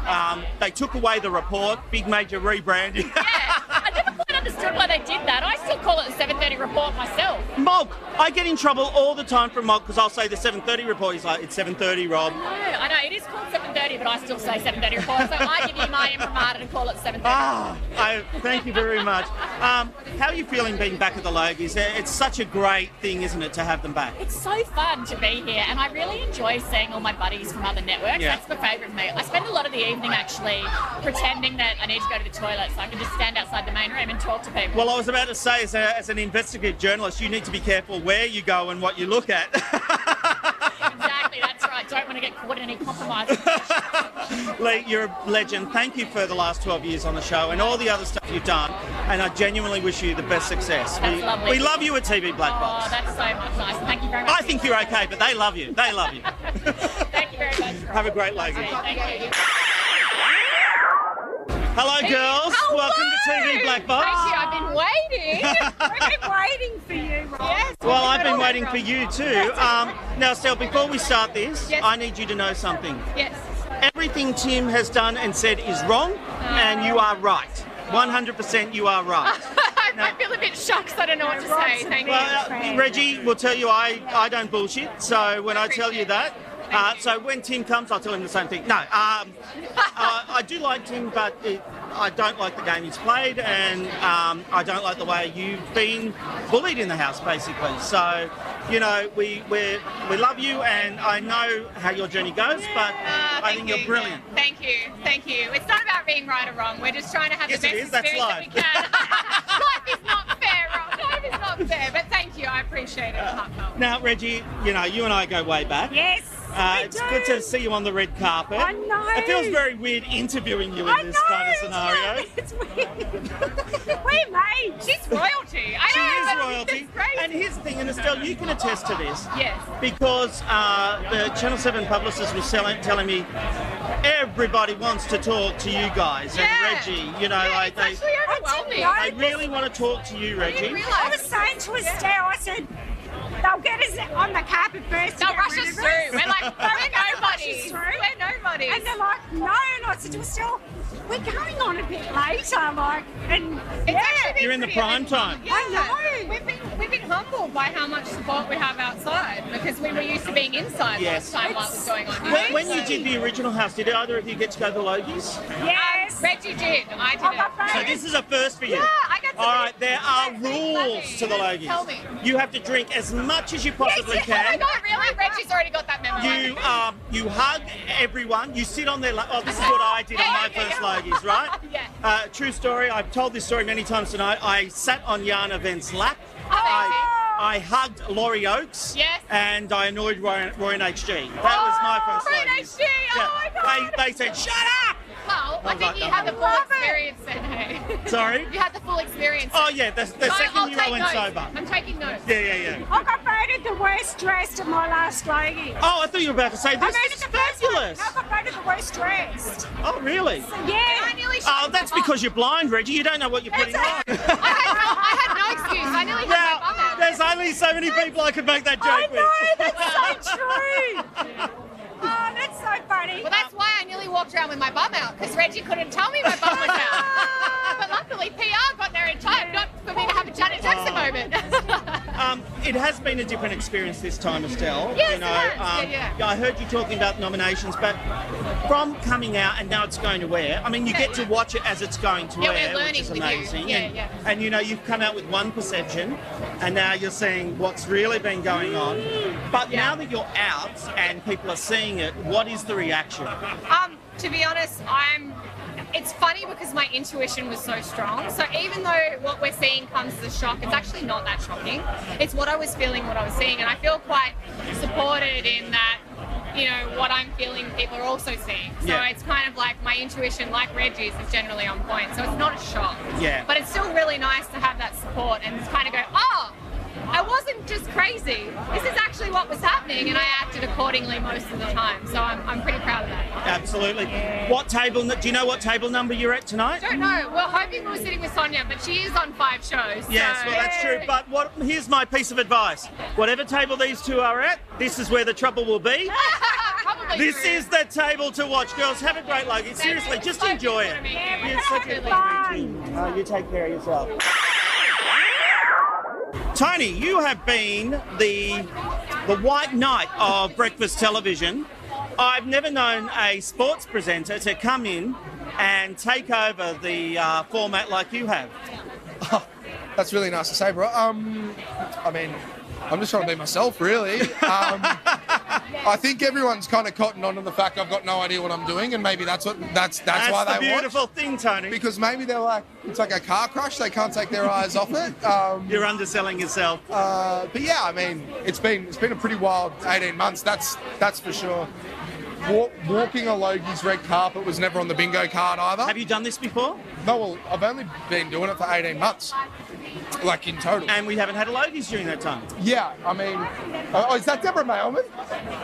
S1: Um, they took away the report, big major rebranding.
S22: I understood why they did that. I still call it the 7:30 report myself.
S1: Mog, I get in trouble all the time from Mog because I'll say the 7:30 report. He's like, "It's 7:30, Rob."
S22: No, I know it is called 7:30, but I still say 7:30 report. So I give you my name from Arden and call it 7.30.
S1: Ah, I, thank you very much. Um, how are you feeling being back at the Logies? Uh, It's such a great thing, isn't it, to have them back?
S22: It's so fun to be here, and I really enjoy seeing all my buddies from other networks.
S1: Yeah.
S22: That's my favourite for me. I spend a lot of the evening actually pretending that I need to go to the toilet, so I can just stand outside the main room and talk to people.
S1: Well, I was about to say, as, a, as an investigative journalist, you need to be careful where you go and what you look at.
S22: exactly, that's right. Don't want to get caught in any compromises.
S1: Lee, you're a legend. Thank you for the last 12 years on the show and all the other stuff you've done. And I genuinely wish you the best success.
S22: That's
S1: we,
S22: lovely.
S1: we love you at TV Black
S22: Oh,
S1: Box.
S22: that's so much nice. Thank you very much.
S1: I think you're okay, but they love you. They love you.
S22: Thank you very much.
S1: Have a great Logie.
S22: Thank you.
S1: Hello, girls. Welcome to TV Black Box.
S23: Thank you. I've been waiting. We've been waiting for you, Rob. Yes.
S1: Well, I've been waiting for you too. Um, now, Sel, before we start this,
S23: Yes.
S1: I need you to know something.
S23: Yes.
S1: Everything Tim has done and said is wrong,
S22: Uh,
S1: and you are right. 100% you are right.
S23: I feel a bit shocked. 'cause I don't know what to say. Thank
S1: Well,
S23: you.
S1: uh, Reggie will tell you I, I don't bullshit, so when I tell you that, uh, so when Tim comes, I'll tell him the same thing. No, um, uh, I do like Tim, but it, I don't like the game he's played, and um, I don't like the way you've been bullied in the house, basically. So, you know, we we we love you, and I know how your journey goes, but I think you're brilliant.
S23: Thank you. Thank you. It's not about being right or wrong. We're just trying to have
S1: Yes,
S23: the
S1: it
S23: best
S1: is. That's
S23: experience that we can. life is not fair, Rob. Life is not fair. But thank you. I appreciate it. heartfelt.
S1: Now, Reggie, you know, you and I go way back.
S23: Yes.
S1: Uh,
S23: we
S1: it's
S23: do.
S1: good to see you on the red carpet.
S23: I know.
S1: It feels very weird interviewing you in
S23: I
S1: this
S23: know,
S1: kind of
S23: isn't
S1: scenario.
S23: it? It's weird. We're made. She's royalty. I
S1: she
S23: know,
S1: is
S23: but
S1: royalty. And here's the thing, and Estelle, you can attest to this.
S23: Yes.
S1: Because uh, the Channel 7 publicist was selling, telling me everybody wants to talk to you guys
S23: Yeah.
S1: and Reggie. You know, like
S23: it's actually overwhelming.
S1: they,
S23: I didn't
S1: they really want to talk to you, Reggie.
S9: I was saying to Estelle, I said, they'll get us on the carpet first.
S23: They'll rush us through. We're like, we're nobody.
S9: We're
S23: nobody.
S9: And they're like, no. And I said to Estelle, we're going on a bit later. Like, and yeah.
S1: You're in the prime time.
S23: Yeah, We've been we've been humbled by how much support we have outside because we were used to being inside
S1: Yes.
S23: last time what was going on.
S1: When, when you did the original house, did either of you get to go to the Logies?
S23: Yes. Um, Reggie did. I did. not
S1: So this is a first for you.
S23: Yeah, I got to
S1: All
S23: be-
S1: right, there are rules to the Logies.
S23: Tell me.
S1: You have to drink as much as you possibly
S23: yes,
S1: can.
S23: yes. Oh my god, really? Reggie's already got that memo.
S1: You um, you hug everyone. You sit on their. Lo- oh, this is what I did on my first Logies, right?
S23: Yeah.
S1: Uh, true story. I've told this story many times tonight. I sat on Yana Vent's lap. I hugged Laurie Oakes.
S23: Oh. Yes. Oh,
S1: And I annoyed Roy, Roy and HG. That was my first
S23: Roy and
S1: Logies.
S23: HG, oh my God.
S1: They, they said, shut up!
S23: Well, I
S1: Well
S23: think
S1: done,
S23: you
S1: done.
S23: had the full
S1: Love it.
S23: experience then, hey?
S1: Sorry?
S23: You had the full experience.
S1: Oh, yeah, the, the
S23: I-
S1: 2nd
S23: I'll
S1: year I
S23: take
S1: went
S23: notes.
S1: sober.
S23: I'm taking notes.
S1: Yeah, yeah, yeah.
S9: I got voted the worst dressed at my last lady.
S1: Oh, I thought you were about to say this
S9: I
S1: is fabulous.
S9: I got voted the worst dressed.
S1: Oh, really?
S9: Yeah.
S1: Oh, that's because you're blind, Reggie. You don't know what you're putting on.
S23: I had no excuse. I nearly had my bum out.
S1: There's only so many people I could make that
S23: I
S1: joke
S23: know,
S9: that's so true.
S23: Oh, that's so funny. Well, that's why I nearly walked around with my bum out because Reggie couldn't tell me my bum was out. but luckily, PR got there in time, not for me to have a Janet Jackson
S1: Oh.
S23: moment.
S1: with. Um, it has been a different experience this time, Estelle.
S23: Yes,
S1: you know,
S23: it has.
S1: um,
S23: Yeah,
S1: I heard you talking about nominations, but from coming out and now it's going to air. I mean, you
S23: Yeah,
S1: get to
S23: yeah.
S1: watch it as it's going to
S23: Yeah, we're
S1: air, which
S23: learning
S1: is
S23: with you.
S1: amazing.
S23: Yeah,
S1: and,
S23: yeah.
S1: and you know, you've come out with one perception, and now you're seeing what's really been going on. But now that you're out and people are seeing it, what is the reaction?
S23: Um, to be honest, I'm. It's funny because my intuition was so strong. So even though what we're seeing comes as a shock, it's actually not that shocking. It's what I was feeling, what I was seeing, and I feel quite supported in that. You know what I'm feeling, people are also seeing. So
S1: Yeah.
S23: it's kind of like my intuition, like Reggie's, is generally on point. So it's not a shock.
S1: Yeah.
S23: But it's still really nice to have that support and kind of go, oh, I wasn't just crazy. This is actually what was happening, and I acted accordingly most of the time. So I'm, I'm pretty proud of that.
S1: Absolutely. What table? nu- Do you know what table number you're at tonight?
S23: Don't know. We're hoping we're sitting with Sonia, but she is on five shows.
S1: Yes,
S23: so-
S1: well that's true. But what? Here's my piece of advice. Whatever table these two are at, this is where the trouble will be.
S11: Um,
S23: Probably
S1: This
S23: true.
S1: is the table to watch, girls. Have a great Logan. Seriously, just enjoy it. It's such a Uh, you take care of yourself. Tony, you have been the the white knight of breakfast television. I've never known a sports presenter to come in and take over the uh, format like you have?
S6: That's really nice to say, bro. Um, I mean, I'm just trying to be myself, really. Um, I think everyone's kind of cottoned on to the fact I've got no idea what I'm doing, and maybe that's what that's that's,
S1: That's
S6: why
S1: the
S6: they
S1: beautiful
S6: watch.
S1: thing, Tony.
S6: Because maybe they're like it's like a car crash; they can't take their eyes off it. Um,
S1: You're underselling yourself.
S6: Uh, but yeah, I mean, it's been it's been a pretty wild 18 months. That's that's for sure. Walk, walking a Logie's red carpet was never on the bingo card either. Have
S1: you done this before?
S6: No, well, I've only been doing it for 18 months, like in total.
S1: And we haven't had a Logie's during that time.
S6: Yeah, I mean, oh, is that Deborah Mailman?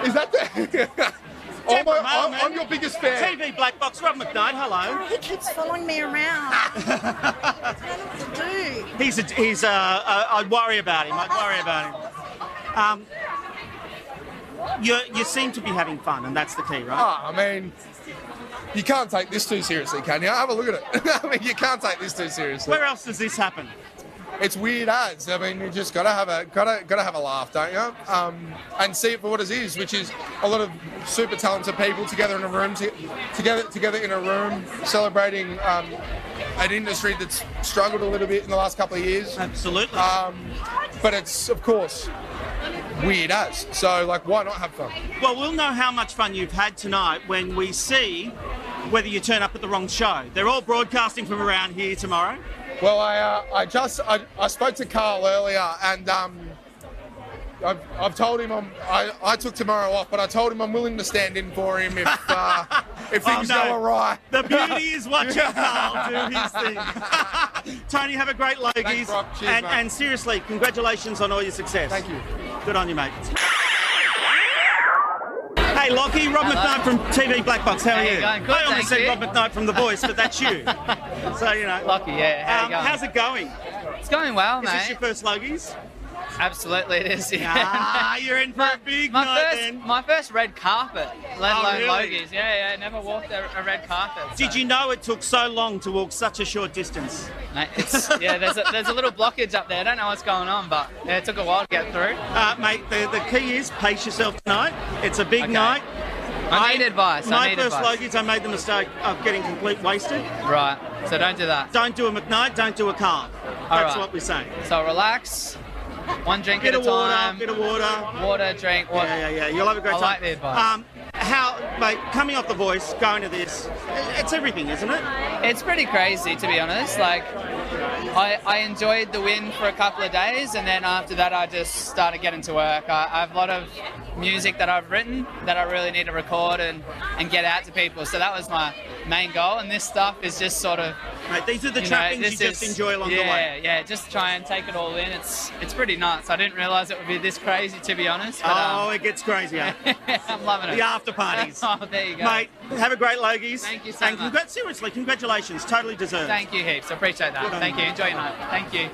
S6: Is that the? Oh my, I'm, I'm your biggest fan.
S1: TV Black Box, Rob McKnight, hello.
S9: He keeps following me around.
S1: He's a, he's a, a, I'd worry about him, I'd worry about him. Um, you, you seem to be having fun, and that's the key, right?
S6: Ah, I mean, you can't take this too seriously, can you? Have a look at it. I mean, you can't take this too seriously.
S1: Where else does this happen?
S6: It's weird as. I mean, you just gotta have a gotta gotta have a laugh, don't you? Um, and see it for what it is, which is a lot of super talented people together in a room, to, together together in a room, celebrating um, an industry that's struggled a little bit in the last couple of years.
S1: Absolutely.
S6: Um, but it's of course weird as. So like, why not have fun?
S1: Well, we'll know how much fun you've had tonight when we see whether you turn up at the wrong show. They're all broadcasting from around here tomorrow.
S6: Well, I, uh, I just I, I spoke to Carl earlier, and um, I've, I've told him I'm, I I took tomorrow off, but I told him I'm willing to stand in for him if uh, if
S1: Oh,
S6: things
S1: no.
S6: go awry.
S1: The beauty is watching Carl do his thing. Tony, have a great Logies.
S6: Thanks, Rob. Cheers,
S1: and,
S6: mate.
S1: and seriously, congratulations on all your success. Thank you. Good on you, mate. Hey, Lockie, Rob
S24: Hello.
S1: McKnight from TV Black Box. How are
S24: How you
S1: you?
S24: going? Good,
S1: I almost
S24: thank
S1: said
S24: you.
S1: Rob McKnight from The Voice, but that's you. so, you know. Um,
S24: Lockie, yeah. How you going?
S1: How's it going?
S24: It's going well,
S1: Is this
S24: mate.
S1: your first Logies?
S24: Absolutely, it is. Yeah.
S1: Ah, you're in for
S24: my,
S1: a big
S24: my
S1: night
S24: first,
S1: then.
S24: My first red carpet, let
S1: Oh,
S24: alone
S1: really?
S24: Logies. Yeah, yeah. Never walked a, a red carpet.
S1: Did you know it took so long to walk such a short distance?
S24: Mate, it's, yeah, there's a, there's a little blockage up there. I don't know what's going on, but yeah, it took a while to get through.
S1: Uh, mate, the, the key is pace yourself tonight. It's a big
S24: Okay.
S1: night.
S24: I need advice. I
S1: My
S24: need
S1: first
S24: advice.
S1: Logies, I made the mistake of getting complete wasted.
S24: Right. So don't do that.
S1: Don't do a McKnight, don't do a Carl. That's what we say.
S24: So relax. One drink
S1: Bit
S24: at a
S1: of water,
S24: time.
S1: bit of water.
S24: Water, drink, water.
S1: Yeah, yeah, yeah. You'll have a great
S24: I
S1: time.
S24: like the advice.
S1: Um, how, mate, coming off the voice, going to this, it's everything, isn't it?
S24: It's pretty crazy, to be honest. Like, I, I enjoyed the win for a couple of days, and then after that, I just started getting to work. I, I have a lot of music that I've written that I really need to record and, and get out to people. So that was my main goal, and this stuff is just sort of.
S1: Mate, these are the
S24: you
S1: trappings
S24: this
S1: you just enjoy along the
S24: yeah,
S1: way.
S24: Yeah, yeah, just try and take it all in. It's it's pretty nuts. I didn't realize it would be this crazy, to be honest. But,
S1: oh,
S24: um,
S1: it gets crazier.
S24: I'm loving it.
S1: The after parties.
S24: oh, there you go.
S1: Mate, have a great Logies. Thank
S24: you so
S1: and much. seriously, congratulations. Totally deserved.
S24: Thank you heaps. I appreciate that.
S1: Good on
S24: Thank
S1: you.
S24: you. Enjoy your night. Thank you.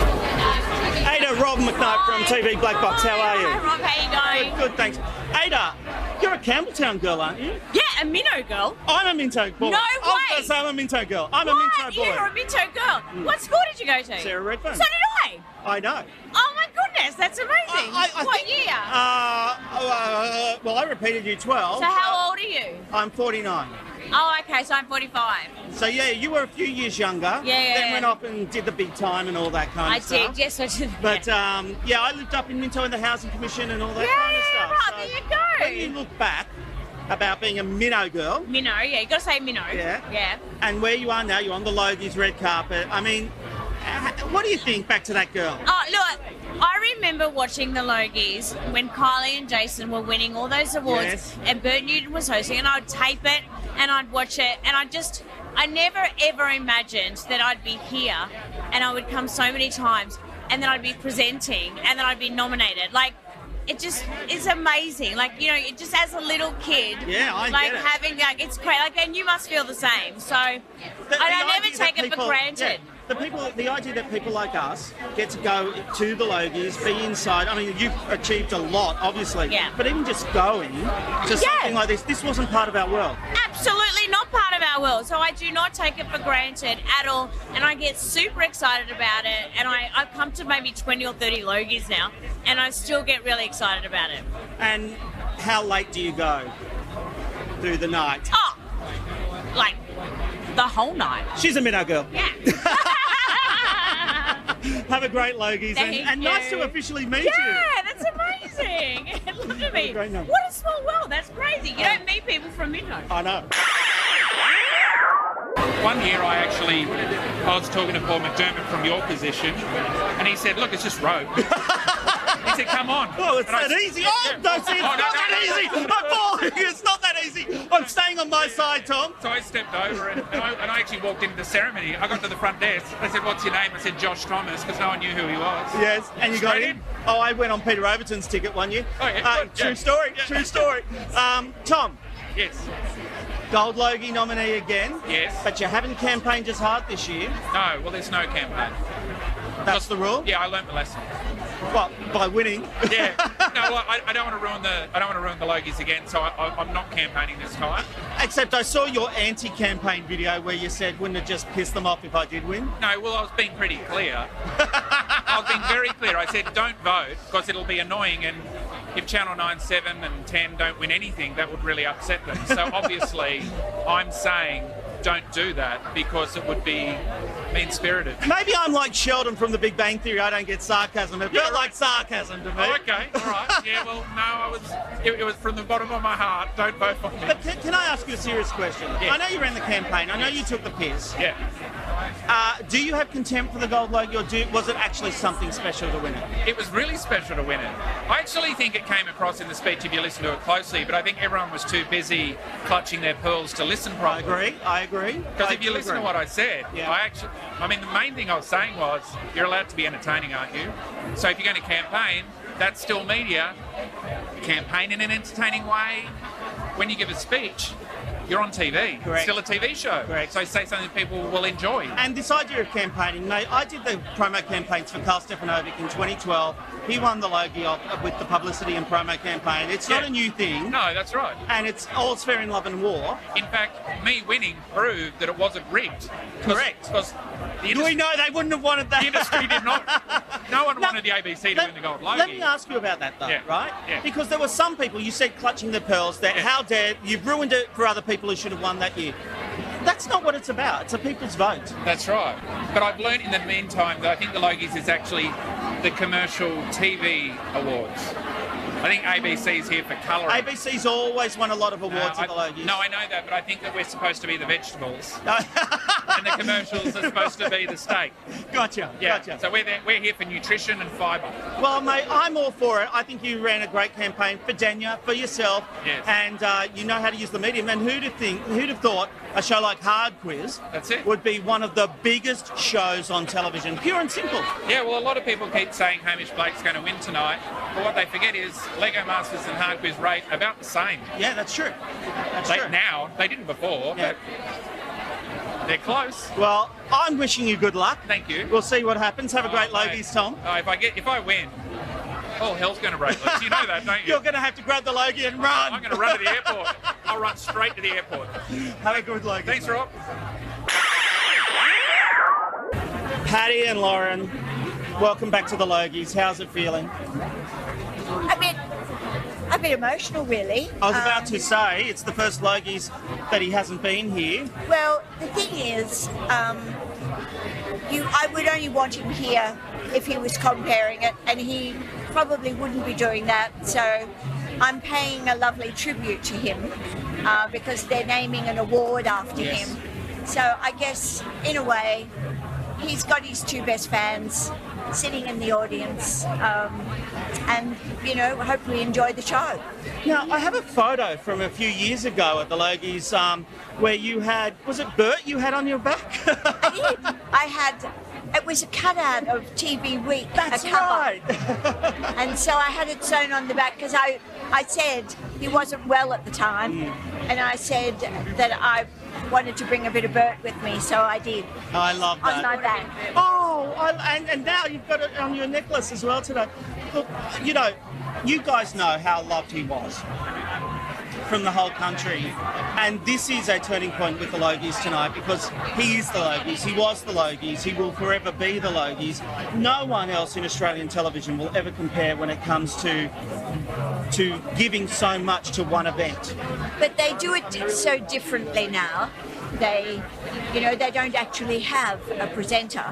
S1: Ada Rob McKnight from TV Black Box. How are you?
S25: Hi, Rob. How you doing?
S1: Good, good, thanks. Ada, you're a Campbelltown girl, aren't you?
S25: Yeah, a Minnow girl.
S1: I'm a Minto boy.
S25: No
S1: I was
S25: way.
S1: gonna say I'm a Minto girl. I'm
S25: what?
S1: a Minto boy.
S25: You're a Minto girl.
S1: Mm.
S25: What school did you go to?
S1: Sarah Redfern.
S25: So did I.
S1: I know.
S25: Oh my goodness, that's amazing.
S1: I- I
S25: what
S1: think-
S25: year?
S1: Uh, uh, well, I repeated you 12.
S25: so how old are you?
S1: I'm 49.
S25: Oh, okay, so I'm 45.
S1: So yeah, you were a few years younger.
S25: Yeah,
S1: Then
S25: yeah.
S1: went up and did the big time and all that kind
S25: I
S1: of stuff.
S25: did, yes, I did.
S1: But um, yeah, I lived up in Minto in the housing commission and all that
S25: Yeah,
S1: kind of
S25: yeah,
S1: stuff.
S25: right,
S1: there you go. When you look back about being a minnow girl
S25: Minnow, yeah, you gotta say Minnow.
S1: Yeah.
S25: Yeah.
S1: and where you are now, you're on the Logies red carpet. I mean, h- what do you think back to that girl?
S25: Oh, look, I remember watching the Logies when Kylie and Jason were winning all those awards
S1: Yes.
S25: and Bert Newton was hosting, and I'd tape it and I'd watch it, and I just, I never ever imagined that I'd be here and I would come so many times and then I'd be presenting and then I'd be nominated. Like, it just is amazing. Like, you know, it just as a little kid,
S1: Yeah, I
S25: like
S1: get it.
S25: having, like, it's great. Like, and you must feel the same. So, I
S1: The- the
S25: I
S1: idea
S25: never
S1: that
S25: take it for
S1: people-
S25: granted.
S1: yeah, the people, the idea that people like us get to go to the Logies, be inside. I mean, you've achieved a lot, obviously. Yeah. But even just going to
S25: Yeah.
S1: something like this, this wasn't part of our world.
S25: Absolutely not part of our world. So I do not take it for granted at all. And I get super excited about it. And I, I've come to maybe 20 or 30 Logies now. And I still get really excited about it.
S1: And how late do you go through the night?
S25: Oh, like the whole night.
S1: She's a Minnow girl.
S25: Yeah.
S1: Have a great Logies and,
S25: Thank
S1: and nice
S25: you.
S1: to officially meet
S25: Yeah, that's amazing. Look at me.
S1: Great number.
S25: What a small world. That's crazy. You don't meet people from Midnight.
S1: you. I know.
S26: One year I actually, I was talking to Paul McDermott from your position, and he said, look, it's just rope. he said, come on.
S1: Oh, it's that easy. Oh, no, see, it's not that easy. I'm falling. It's not that easy. I'm staying on my side, Tom.
S26: So I stepped over and, and, I, and I actually walked into the ceremony. I got to the front desk. They said, what's your name? I said, Josh Thomas, because no one knew who he was.
S1: Yes, and you got
S26: Straight
S1: in. Oh, I went on Peter Overton's ticket one year.
S26: Oh, yeah,
S1: Uh,
S26: good, yeah.
S1: true story. True story. Um, Tom,
S26: Yes.
S1: Gold Logie nominee again.
S26: Yes.
S1: But you haven't campaigned as hard this year.
S26: No, well, there's no campaign.
S1: That's the rule.
S26: Yeah, I learnt the lesson.
S1: Well, by winning.
S26: Yeah. No, well, I, I don't want to ruin the I don't want to ruin the Logies again, so I, I, I'm not campaigning this time.
S1: Except I saw your anti-campaign video where you said, "Wouldn't it just piss them off if I did win?"
S26: No, well, I was being pretty clear. I was being very clear. I said, don't vote because it'll be annoying. And if Channel 9, 7, and 10 don't win anything, that would really upset them. So obviously, I'm saying don't do that because it would be mean spirited.
S1: Maybe I'm like Sheldon from The Big Bang Theory. I don't get sarcasm. It felt like sarcasm to me.
S26: Oh, okay, all right. Yeah, well, no, I was. It, it was from the bottom of my heart. Don't vote for me.
S1: But can, can I ask you a serious question?
S26: Yeah.
S1: I know you ran the campaign. I know you took the piss.
S26: Yeah.
S1: Uh, do you have contempt for the gold logo, or do, was it actually something special to win it?
S26: It was really special to win it. I actually think it came across in the speech if you listen to it closely, but I think everyone was too busy clutching their pearls to listen properly.
S1: I agree. I agree.
S26: Because
S1: I
S26: if you
S1: do
S26: listen
S1: agree.
S26: to what I said, I actually, I mean, the main thing I was saying was you're allowed to be entertaining, aren't you? So if you're going to campaign, that's still media. Campaign in an entertaining way. When you give a speech, you're on TV. It's
S1: Correct.
S26: still a TV show. Correct. So say something people will enjoy.
S1: And this idea of campaigning, mate, I did the promo campaigns for Carl Stefanovic in 2012. He won the Logie off with the publicity and promo campaign. It's not a new thing.
S26: No, that's right.
S1: And it's all's fair in love and war.
S26: In fact, me winning proved that it wasn't rigged. Correct. Because the
S1: we know they wouldn't have wanted that. The
S26: industry did not. No one wanted the ABC to win the gold logie.
S1: Let me ask you about that, though,
S26: Yeah,
S1: right?
S26: yeah.
S1: Because there were some people, you said clutching their pearls, that how dare you've ruined it for other people who should have won that year. That's not what it's about. It's a people's vote.
S26: That's right. But I've learned in the meantime that I think the Logies is actually the commercial TV awards. I think ABC is here for colouring.
S1: ABC's always won a lot of awards
S26: No,
S1: at the
S26: I,
S1: Logies.
S26: no, I know that, but I think that we're supposed to be the vegetables, and the commercials are supposed to be the steak.
S1: Gotcha.
S26: Yeah. Gotcha. So we're there, we're here for nutrition and fibre.
S1: Well, mate, I'm all for it. I think you ran a great campaign for Danya, for yourself,
S26: Yes.
S1: and uh, you know how to use the medium. And who'd have think, who'd have thought a show like Hard Quiz
S26: That's it.
S1: would be one of the biggest shows on television, pure and simple.
S26: Yeah, well, a lot of people keep saying Hamish Blake's going to win tonight, but what they forget is Lego Masters and Hard Quiz rate about the same.
S1: Yeah, that's true. That's
S26: they,
S1: true.
S26: Now they didn't before, but they're close.
S1: Well, I'm wishing you good luck.
S26: Thank you.
S1: We'll see what happens. Have a great
S26: Oh, mate.
S1: Logies, Tom.
S26: Oh, if I get, if I win, all hell's going to break loose. You know that, don't you?
S1: You're going to have to grab the Logie and run.
S26: I'm going to run to the airport. I'll run straight to the airport.
S1: Have a good Logie.
S26: Thanks, Rob.
S1: Patty and Lauren, welcome back to the Logies. How's it feeling?
S9: A bit, a bit emotional, really. Um,
S1: I was about to say it's the first Logies that he hasn't been here.
S9: Well, the thing is, um, you, I would only want him here if he was comparing it, and he probably wouldn't be doing that. So I'm paying a lovely tribute to him uh, because they're naming an award after
S3: Yes.
S9: him. So I guess, in a way, he's got his two best fans sitting in the audience, um, and you know, hopefully enjoy the show.
S1: Now, I have a photo from a few years ago at the Logies um, where you had, was it Bert you had on your back?
S9: I had. It was a cutout of TV Week. That's a cover. and so I had it sewn on the back because I, I said he wasn't well at the time,
S1: Mm.
S9: and I said that I wanted to bring a bit of Bert with me, so I did.
S1: I love that.
S9: On my back.
S1: Oh, I, and, and now you've got it on your necklace as well today. Look, you know, you guys know how loved he was. from the whole country. And this is a turning point with the Logies tonight because he is the Logies, he was the Logies, he will forever be the Logies. No one else in Australian television will ever compare when it comes to to giving so much to one event.
S27: But they do it so differently now. They, you know, they don't actually have a presenter.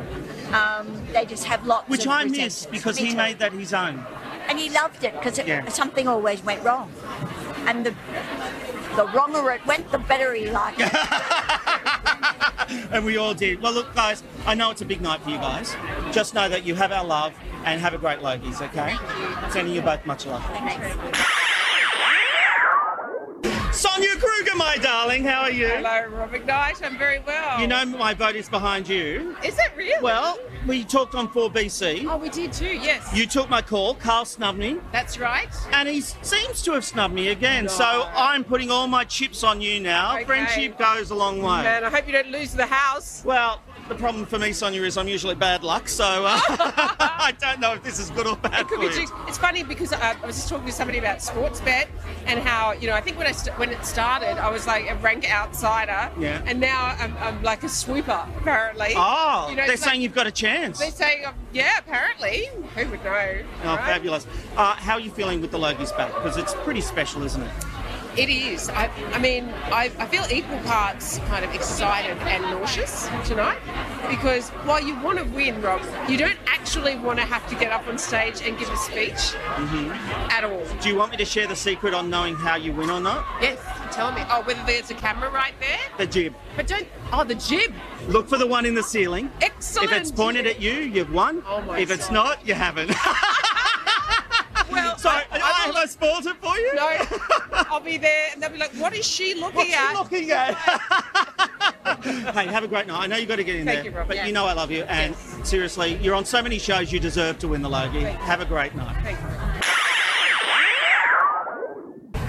S27: Um, they just have lots.
S1: Which
S27: of
S1: I
S27: presenters.
S1: miss because
S27: Me
S1: he
S27: too.
S1: made that his own.
S27: and he loved it because
S1: Yeah.
S27: something always went wrong, and the the wronger it went, the better he liked it.
S1: And we all did. Well, look, guys, I know it's a big night for you guys. Just know that you have our love and have a great Logies, okay? Sending you both much love. Sonia Kruger, my darling, how are you?
S28: Hello, Rob McKnight. I'm very well.
S1: You know my vote is behind you.
S28: Is it really?
S1: Well, we talked on 4BC.
S28: Oh, we did too, yes.
S1: You took my call, Carl snubbed me,
S28: That's right.
S1: and he seems to have snubbed me again. So I'm putting all my chips on you now.
S28: Okay.
S1: Friendship goes a long way.
S28: And I hope you don't lose the house.
S1: Well, the problem for me, Sonia, is I'm usually bad luck, so uh, I don't know if this is good or bad.
S28: It could
S1: for
S28: be
S1: you.
S28: just, it's funny because uh, I, I was just talking to somebody about sports bet and how you know I think when I st- when it started I was like a rank outsider
S1: Yeah.
S28: and now I'm, I'm like a sweeper apparently
S1: Oh,
S28: You know,
S1: they're
S28: it's
S1: saying
S28: like-
S1: you've got a chance.
S28: they're saying um, yeah apparently who would know
S1: Oh,
S28: right?
S1: fabulous. Uh, how are you feeling with the Logies back? Because it's pretty special, isn't it?
S28: It is. I, I mean, I, I feel equal parts kind of excited and nauseous tonight because while you want to win, Rob, you don't actually want to have to get up on stage and give a speech
S1: Mm-hmm.
S28: at all.
S1: Do you want me to share the secret on knowing how you win or not?
S28: Yes, tell me. Oh, whether there's a camera right there?
S1: The jib.
S28: But don't. Oh, the jib.
S1: Look for the one in the ceiling.
S28: Excellent.
S1: If it's pointed at you, you've won.
S28: Oh my
S1: if it's
S28: God.
S1: not, you haven't.
S28: Well,
S1: Sorry, I, have I spoiled it for you?
S28: No, I'll be there and they'll be like, what is she looking
S1: What's she
S28: at?
S1: looking at? hey, have a great night. I know you got to get in
S28: Thank
S1: there,
S28: you, Rob.
S1: but
S28: Yeah.
S1: you know I love you. And seriously, you're on so many shows, you deserve to win the Logie. Have a great night.
S28: Thank you.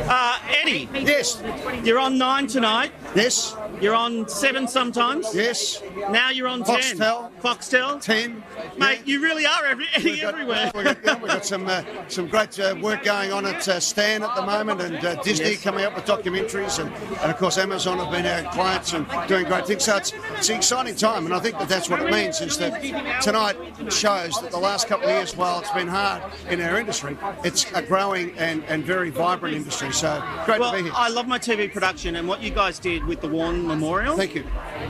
S1: Uh, Eddie. Yes. You're on nine tonight. Yes. You're on seven sometimes. Yes. Now you're on ten.
S18: Foxtel.
S1: Foxtel.
S18: Ten.
S1: Mate, you really are every, Eddie
S18: We've got-
S1: everywhere.
S18: We've got, yeah, we've got some uh, some great uh, work going on at uh, Stan at the moment, and uh, Disney coming up with documentaries, and, and of course Amazon have been our clients and doing great things. So it's, it's an exciting time, and I think that that's what it means. Is that tonight shows that the last couple of years, while it's been hard in our industry, it's a growing and, and very vibrant industry. So great
S1: well,
S18: to be here.
S1: I love my TV production and what you guys did with the Warren Memorial. Thank
S18: you.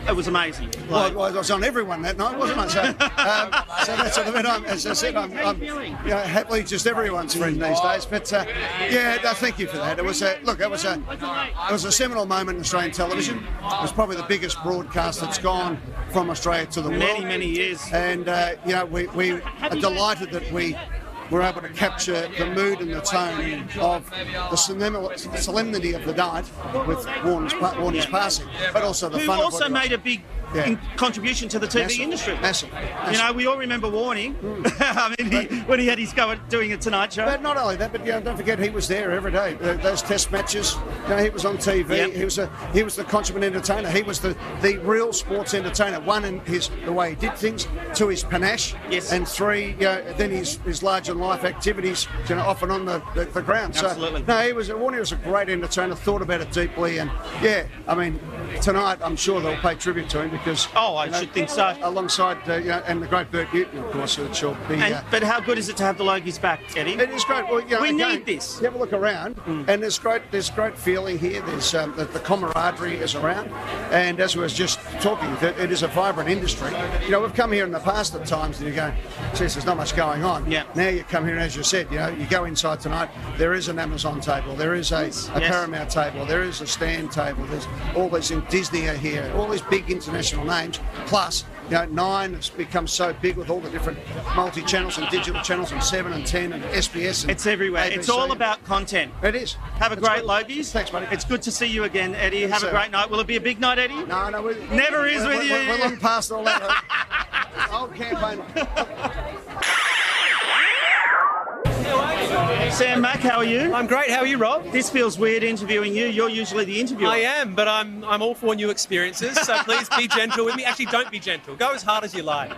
S1: It was amazing.
S18: Well, I was on everyone that night, wasn't I? So, um, so that's what I mean. I'm, as I said, I'm, I'm you know, happily just everyone's friend these days. But uh, yeah, no, thank you for that. It was a look. It was a it was a seminal moment in Australian television. It was probably the biggest broadcast that's gone from Australia to the
S1: Many,
S18: world.
S1: many years.
S18: And uh, you know, we, we are delighted that we were able to capture the mood and the tone of the solemnity solemnity of the night with Warner's, pa- Warner's passing, but also the
S1: Who
S18: fun. of
S1: also
S18: what-
S1: made a big
S18: Yeah.
S1: in- contribution to the TV
S18: Massive,
S1: industry.
S18: massive,
S1: You
S18: massive. Hmm.
S1: know, we all remember Warning. I mean, he, when he had his go at doing it tonight show.
S18: But not only that, but you know, don't forget he was there every day. Th- Those test matches, you know, he was on TV.
S1: Yep.
S18: He was a he was the consummate entertainer. He was the, the real sports entertainer. One in his the way he did things, two his panache, yes. and three you know, then his his larger life activities, you know, off and on the, the, the ground.
S1: Absolutely.
S18: So no, he was Warner was a great entertainer. Thought about it deeply, and yeah, I mean. Tonight, I'm sure they'll pay tribute to him because oh, I
S1: should think so.
S18: Alongside, uh, you know, and the great Bert Newton, of course, who shall be.
S1: And-
S18: uh,
S1: but how good is it to have the Logies back, Eddie?
S18: it is great. Well, you know,
S1: we
S18: again,
S1: need this. Mm.
S18: You have a look around, and there's great there's great feeling here. There's um, the, the camaraderie is around, and as we was just talking, that it is a vibrant industry. You know, we've come here in the past at times, and you go, "Geez, there's not much going on." Yeah. Now you come here, and as you said, you know, you go inside tonight. There is an Amazon table. There is a, a
S1: Yes.
S18: Paramount table. There is a Stan table. There's all these in Disney are here. All these big international names. Plus, you know, nine has become so big with all the different multi-channels and digital channels, and seven and ten and SBS. And
S1: it's everywhere. It's all about content.
S18: It is.
S1: Have a great Logies. Thanks, buddy. It's good to see you again, Eddie.
S18: Yes,
S1: Have a
S18: sir.
S1: great night. Will it be a big night, Eddie?
S18: No, no. We,
S1: Never is
S18: we're,
S1: with you.
S18: we're, We're long past all that. old campaign.
S1: Sam Mack, how are you?
S29: I'm great. How are you, Rob?
S1: This feels weird interviewing you. You're usually the interviewer.
S29: I am, but I'm I'm all for new experiences. So please be gentle with me. Actually, don't be gentle. Go as hard as you like.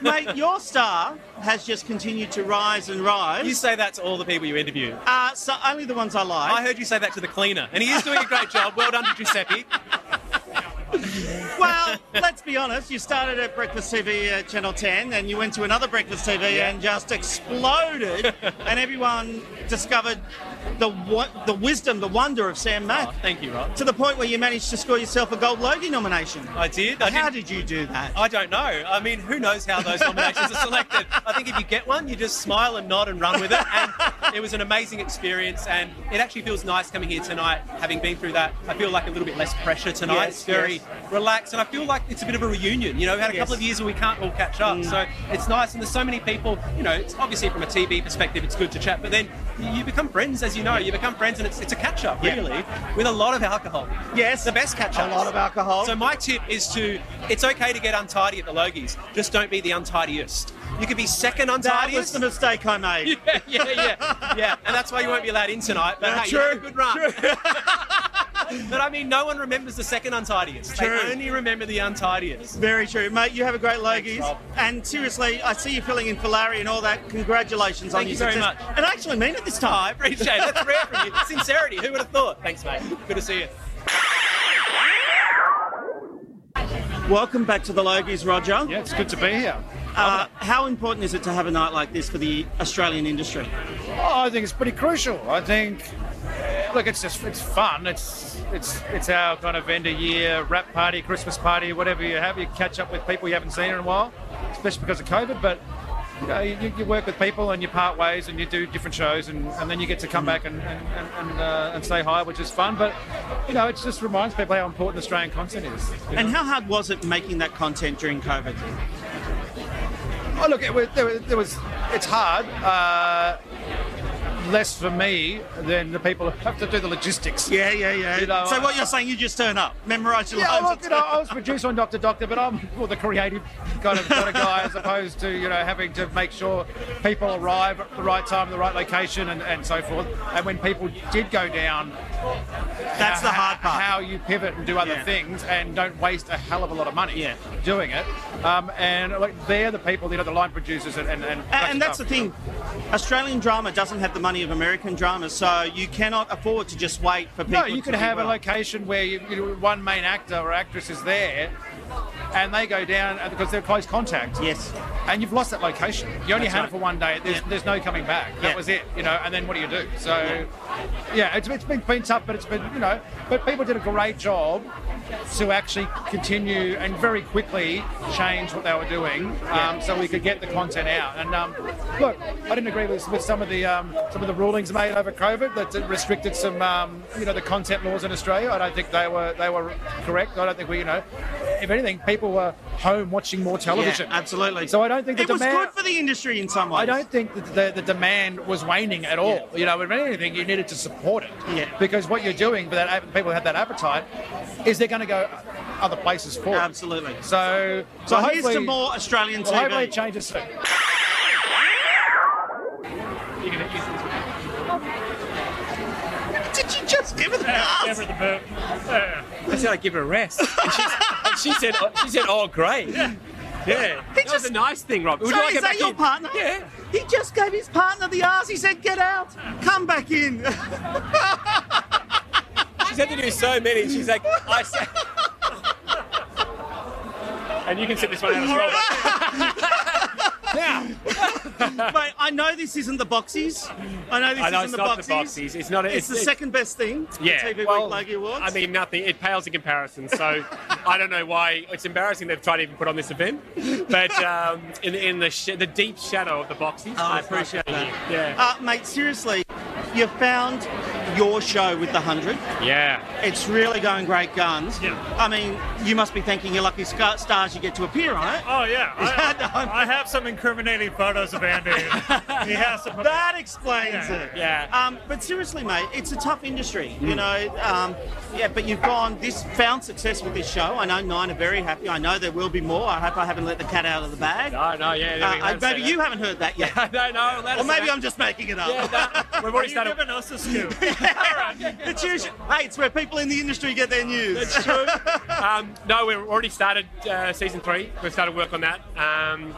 S1: Mate, your star has just continued to rise and rise.
S29: You say that to all the people you interview.
S1: Uh, so only the ones I like.
S29: I heard you say that to the cleaner, and he is doing a great job. Well done to Giuseppe.
S1: well, let's be honest. You started at Breakfast TV uh, Channel 10, and you went to another Breakfast TV
S29: Yeah.
S1: and just exploded, and everyone discovered the wo- the wisdom, the wonder of Sam Mack.
S29: Thank you, Rob.
S1: To the point where you managed to score yourself a Gold Logie nomination.
S29: Oh. I did. I
S1: How
S29: didn't-
S1: did you do that?
S29: I don't know. I mean, who knows how those nominations are selected? I think if you get one, you just smile and nod and run with it. And it was an amazing experience, and it actually feels nice coming here tonight, having been through that. I feel like a little bit less pressure tonight.
S1: Yes,
S29: it's very relaxed, and I feel like it's a bit of a reunion. You know, we had a couple
S1: Yes. Mm.
S29: of years where we can't all catch up, so it's nice. And there's so many people. You know, it's obviously from a TV perspective, it's good to chat, but then you become friends, as you know. You become friends, and it's, it's a catch up,
S1: Yeah.
S29: really, with a lot of alcohol.
S1: Yes,
S29: the best catch
S1: A lot of alcohol.
S29: So my tip is to it's okay to get untidy at the Logies, just don't be the untidiest. You could be second
S1: That
S29: untidiest.
S1: was the mistake I made.
S29: yeah, yeah, yeah, yeah, and that's why you won't be allowed in tonight. But
S1: Yeah,
S29: hey, you had a
S1: true,
S29: good run. but I mean, no one remembers the second untidiest.
S1: True.
S29: They only remember the untidiest.
S1: Very true, mate. You have a great Logies,
S29: Rob.
S1: and seriously, I see you filling in for Larry and all that. Congratulations on
S29: Thank
S1: your
S29: you very
S1: success.
S29: much. Oh,
S1: And I actually mean it this time.
S29: I appreciate it. That's rare from you. Sincerity. Who would have thought? Thanks, mate. Good to see you.
S1: Welcome back to the Logies, Roger. Yeah,
S30: it's good to be here.
S1: Uh, how important is it to have a night like this for the Australian industry?
S30: Oh, I think it's pretty crucial. I think, look, it's just it's fun. It's it's it's our kind of end of year wrap party, Christmas party, whatever you have. You catch up with people you haven't seen in a while, especially because of COVID. But you, know, you, you work with people and you part ways and you do different shows and, and then you get to come back and and, and, and, uh, and say hi, which is fun. But you know, it just reminds people how important Australian content is. you know?
S1: And how hard was it making that content during COVID?
S30: Oh, look, it was, there, was, there was. It's hard. Uh, less for me than the people who have to do the logistics.
S1: Yeah, yeah, yeah.
S30: You know,
S1: so what
S30: I-
S1: you're saying, you just turn up, memorise your
S30: yeah,
S1: lines.
S30: look, you know, I was producer on Doctor Doctor, but I'm more the creative kind of, kind of guy as opposed to you know uh, having to make sure people arrive at the right time, the right location, and, and so forth. And when people did go down, uh,
S1: That's the hard part.
S30: How you pivot and do other
S1: Yeah.
S30: things, and don't waste a hell of a lot of money
S1: Yeah.
S30: doing it. Um, and like they're the people, you know, the line producers and and, and,
S1: A- and that's the
S30: stuff.
S1: thing. Australian drama doesn't have the money of American drama, so you cannot afford to just wait for people.
S30: No, you
S1: to
S30: could
S1: do
S30: have
S1: well.
S30: a location where you, you know, one main actor or actress is there, and they go down and- because they're close contact.
S1: Yes.
S30: And you've lost that location. You only
S1: That's
S30: had
S1: right.
S30: it for one day. There's, there's no coming back. That
S1: Yeah.
S30: was it. You know. And then what do you do? So, yeah, it's, it's been been tough, but it's been you know, but people did a great job to actually continue and very quickly change what they were doing, um, so we could get the content out. And um, look, I didn't agree with, with some of the um, some of the rulings made over COVID that that restricted some um, you know the content laws in Australia. I don't think they were they were correct. I don't think we you know, if anything, people were home watching more television.
S1: Yeah, absolutely.
S30: So I don't think the
S1: it was
S30: demand-
S1: good for the industry in some ways.
S30: I don't think that the, the demand was waning at all. You know, if anything, you needed to support it.
S1: Yeah.
S30: Because what you're doing for that app- people who have that appetite is they're going to go other places for it.
S1: Absolutely.
S30: So,
S1: So
S30: so
S1: here's
S30: hopefully-
S1: some more Australian
S30: well,
S1: TV.
S30: Hopefully, it changes soon.
S1: Did you just give it
S29: Give her the boot. I said I'd give her a rest. And she, and she said, she said, oh, great. Yeah. That was a nice thing, Rob. Would
S1: So
S29: you like
S1: is
S29: her
S1: that
S29: back
S1: your
S29: in?
S1: partner? Yeah. He just gave his partner the arse. He said, "Get out, come back in."
S29: She's had to do so many. She's like, I said.
S1: and you can sit this
S29: one out as
S1: now, mate, I know this isn't the boxies. I know this
S8: I
S1: isn't
S8: know it's
S1: the,
S8: not
S1: boxies.
S8: the boxies. It's not-
S1: It's,
S8: it's-
S1: the
S8: it's-
S1: second best thing. the TV Week Logie Awards.
S8: I mean, nothing. It pales in comparison. So I don't know why it's embarrassing they've tried to even put on this event. But um, in, in the sh- the deep shadow of the boxies.
S1: Oh, I
S8: it's not
S1: appreciate
S8: gonna be
S1: that.
S8: you. Yeah.
S1: Uh, mate, seriously, you found your show with the 100.
S13: Yeah.
S1: It's really going great guns. Yeah. I mean, you must be thanking your lucky sc- stars you get to appear on it.
S2: Oh yeah, I, I have some incriminating photos of Andy. he has some.
S1: That explains
S2: Yeah.
S1: it.
S2: Yeah. Mm.
S1: Um, but seriously, mate, it's a tough industry, you know. Um, yeah, but you've gone this found success with this show. I know nine are very happy. I know there will be more. I hope I haven't let the cat out of the bag.
S13: No, no, yeah, yeah, we
S1: Uh,
S13: have said
S1: maybe
S13: that.
S1: you haven't heard that yet.
S13: no, no. let
S1: Or
S13: us
S1: maybe
S13: know.
S1: I'm just making it up.
S13: Yeah, no, we've already started.
S2: giving us a scoop.
S1: it's usually, hey, it's where people in the industry get their news.
S13: That's true. um, no, we've already started uh, season three. We've started work on that. Um,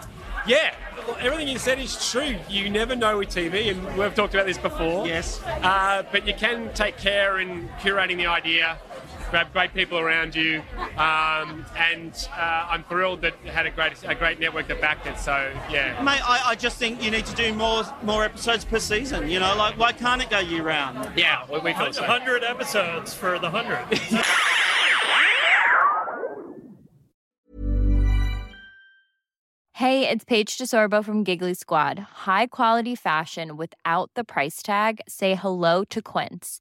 S13: yeah, everything you said is true. You never know with TV, and we've talked about this before.
S1: Yes.
S13: Uh, but you can take care in curating the idea, grab great people around you, um, and uh, I'm thrilled that it had a great a great network that backed it. So yeah.
S1: Mate, I, I just think you need to do more more episodes per season. You know, like why can't it go year round?
S13: Yeah, we, we
S1: thought so.
S2: 100 episodes for the 100.
S31: Hey, it's Paige DeSorbo from Giggly Squad. High quality fashion without the price tag. Say hello to Quince.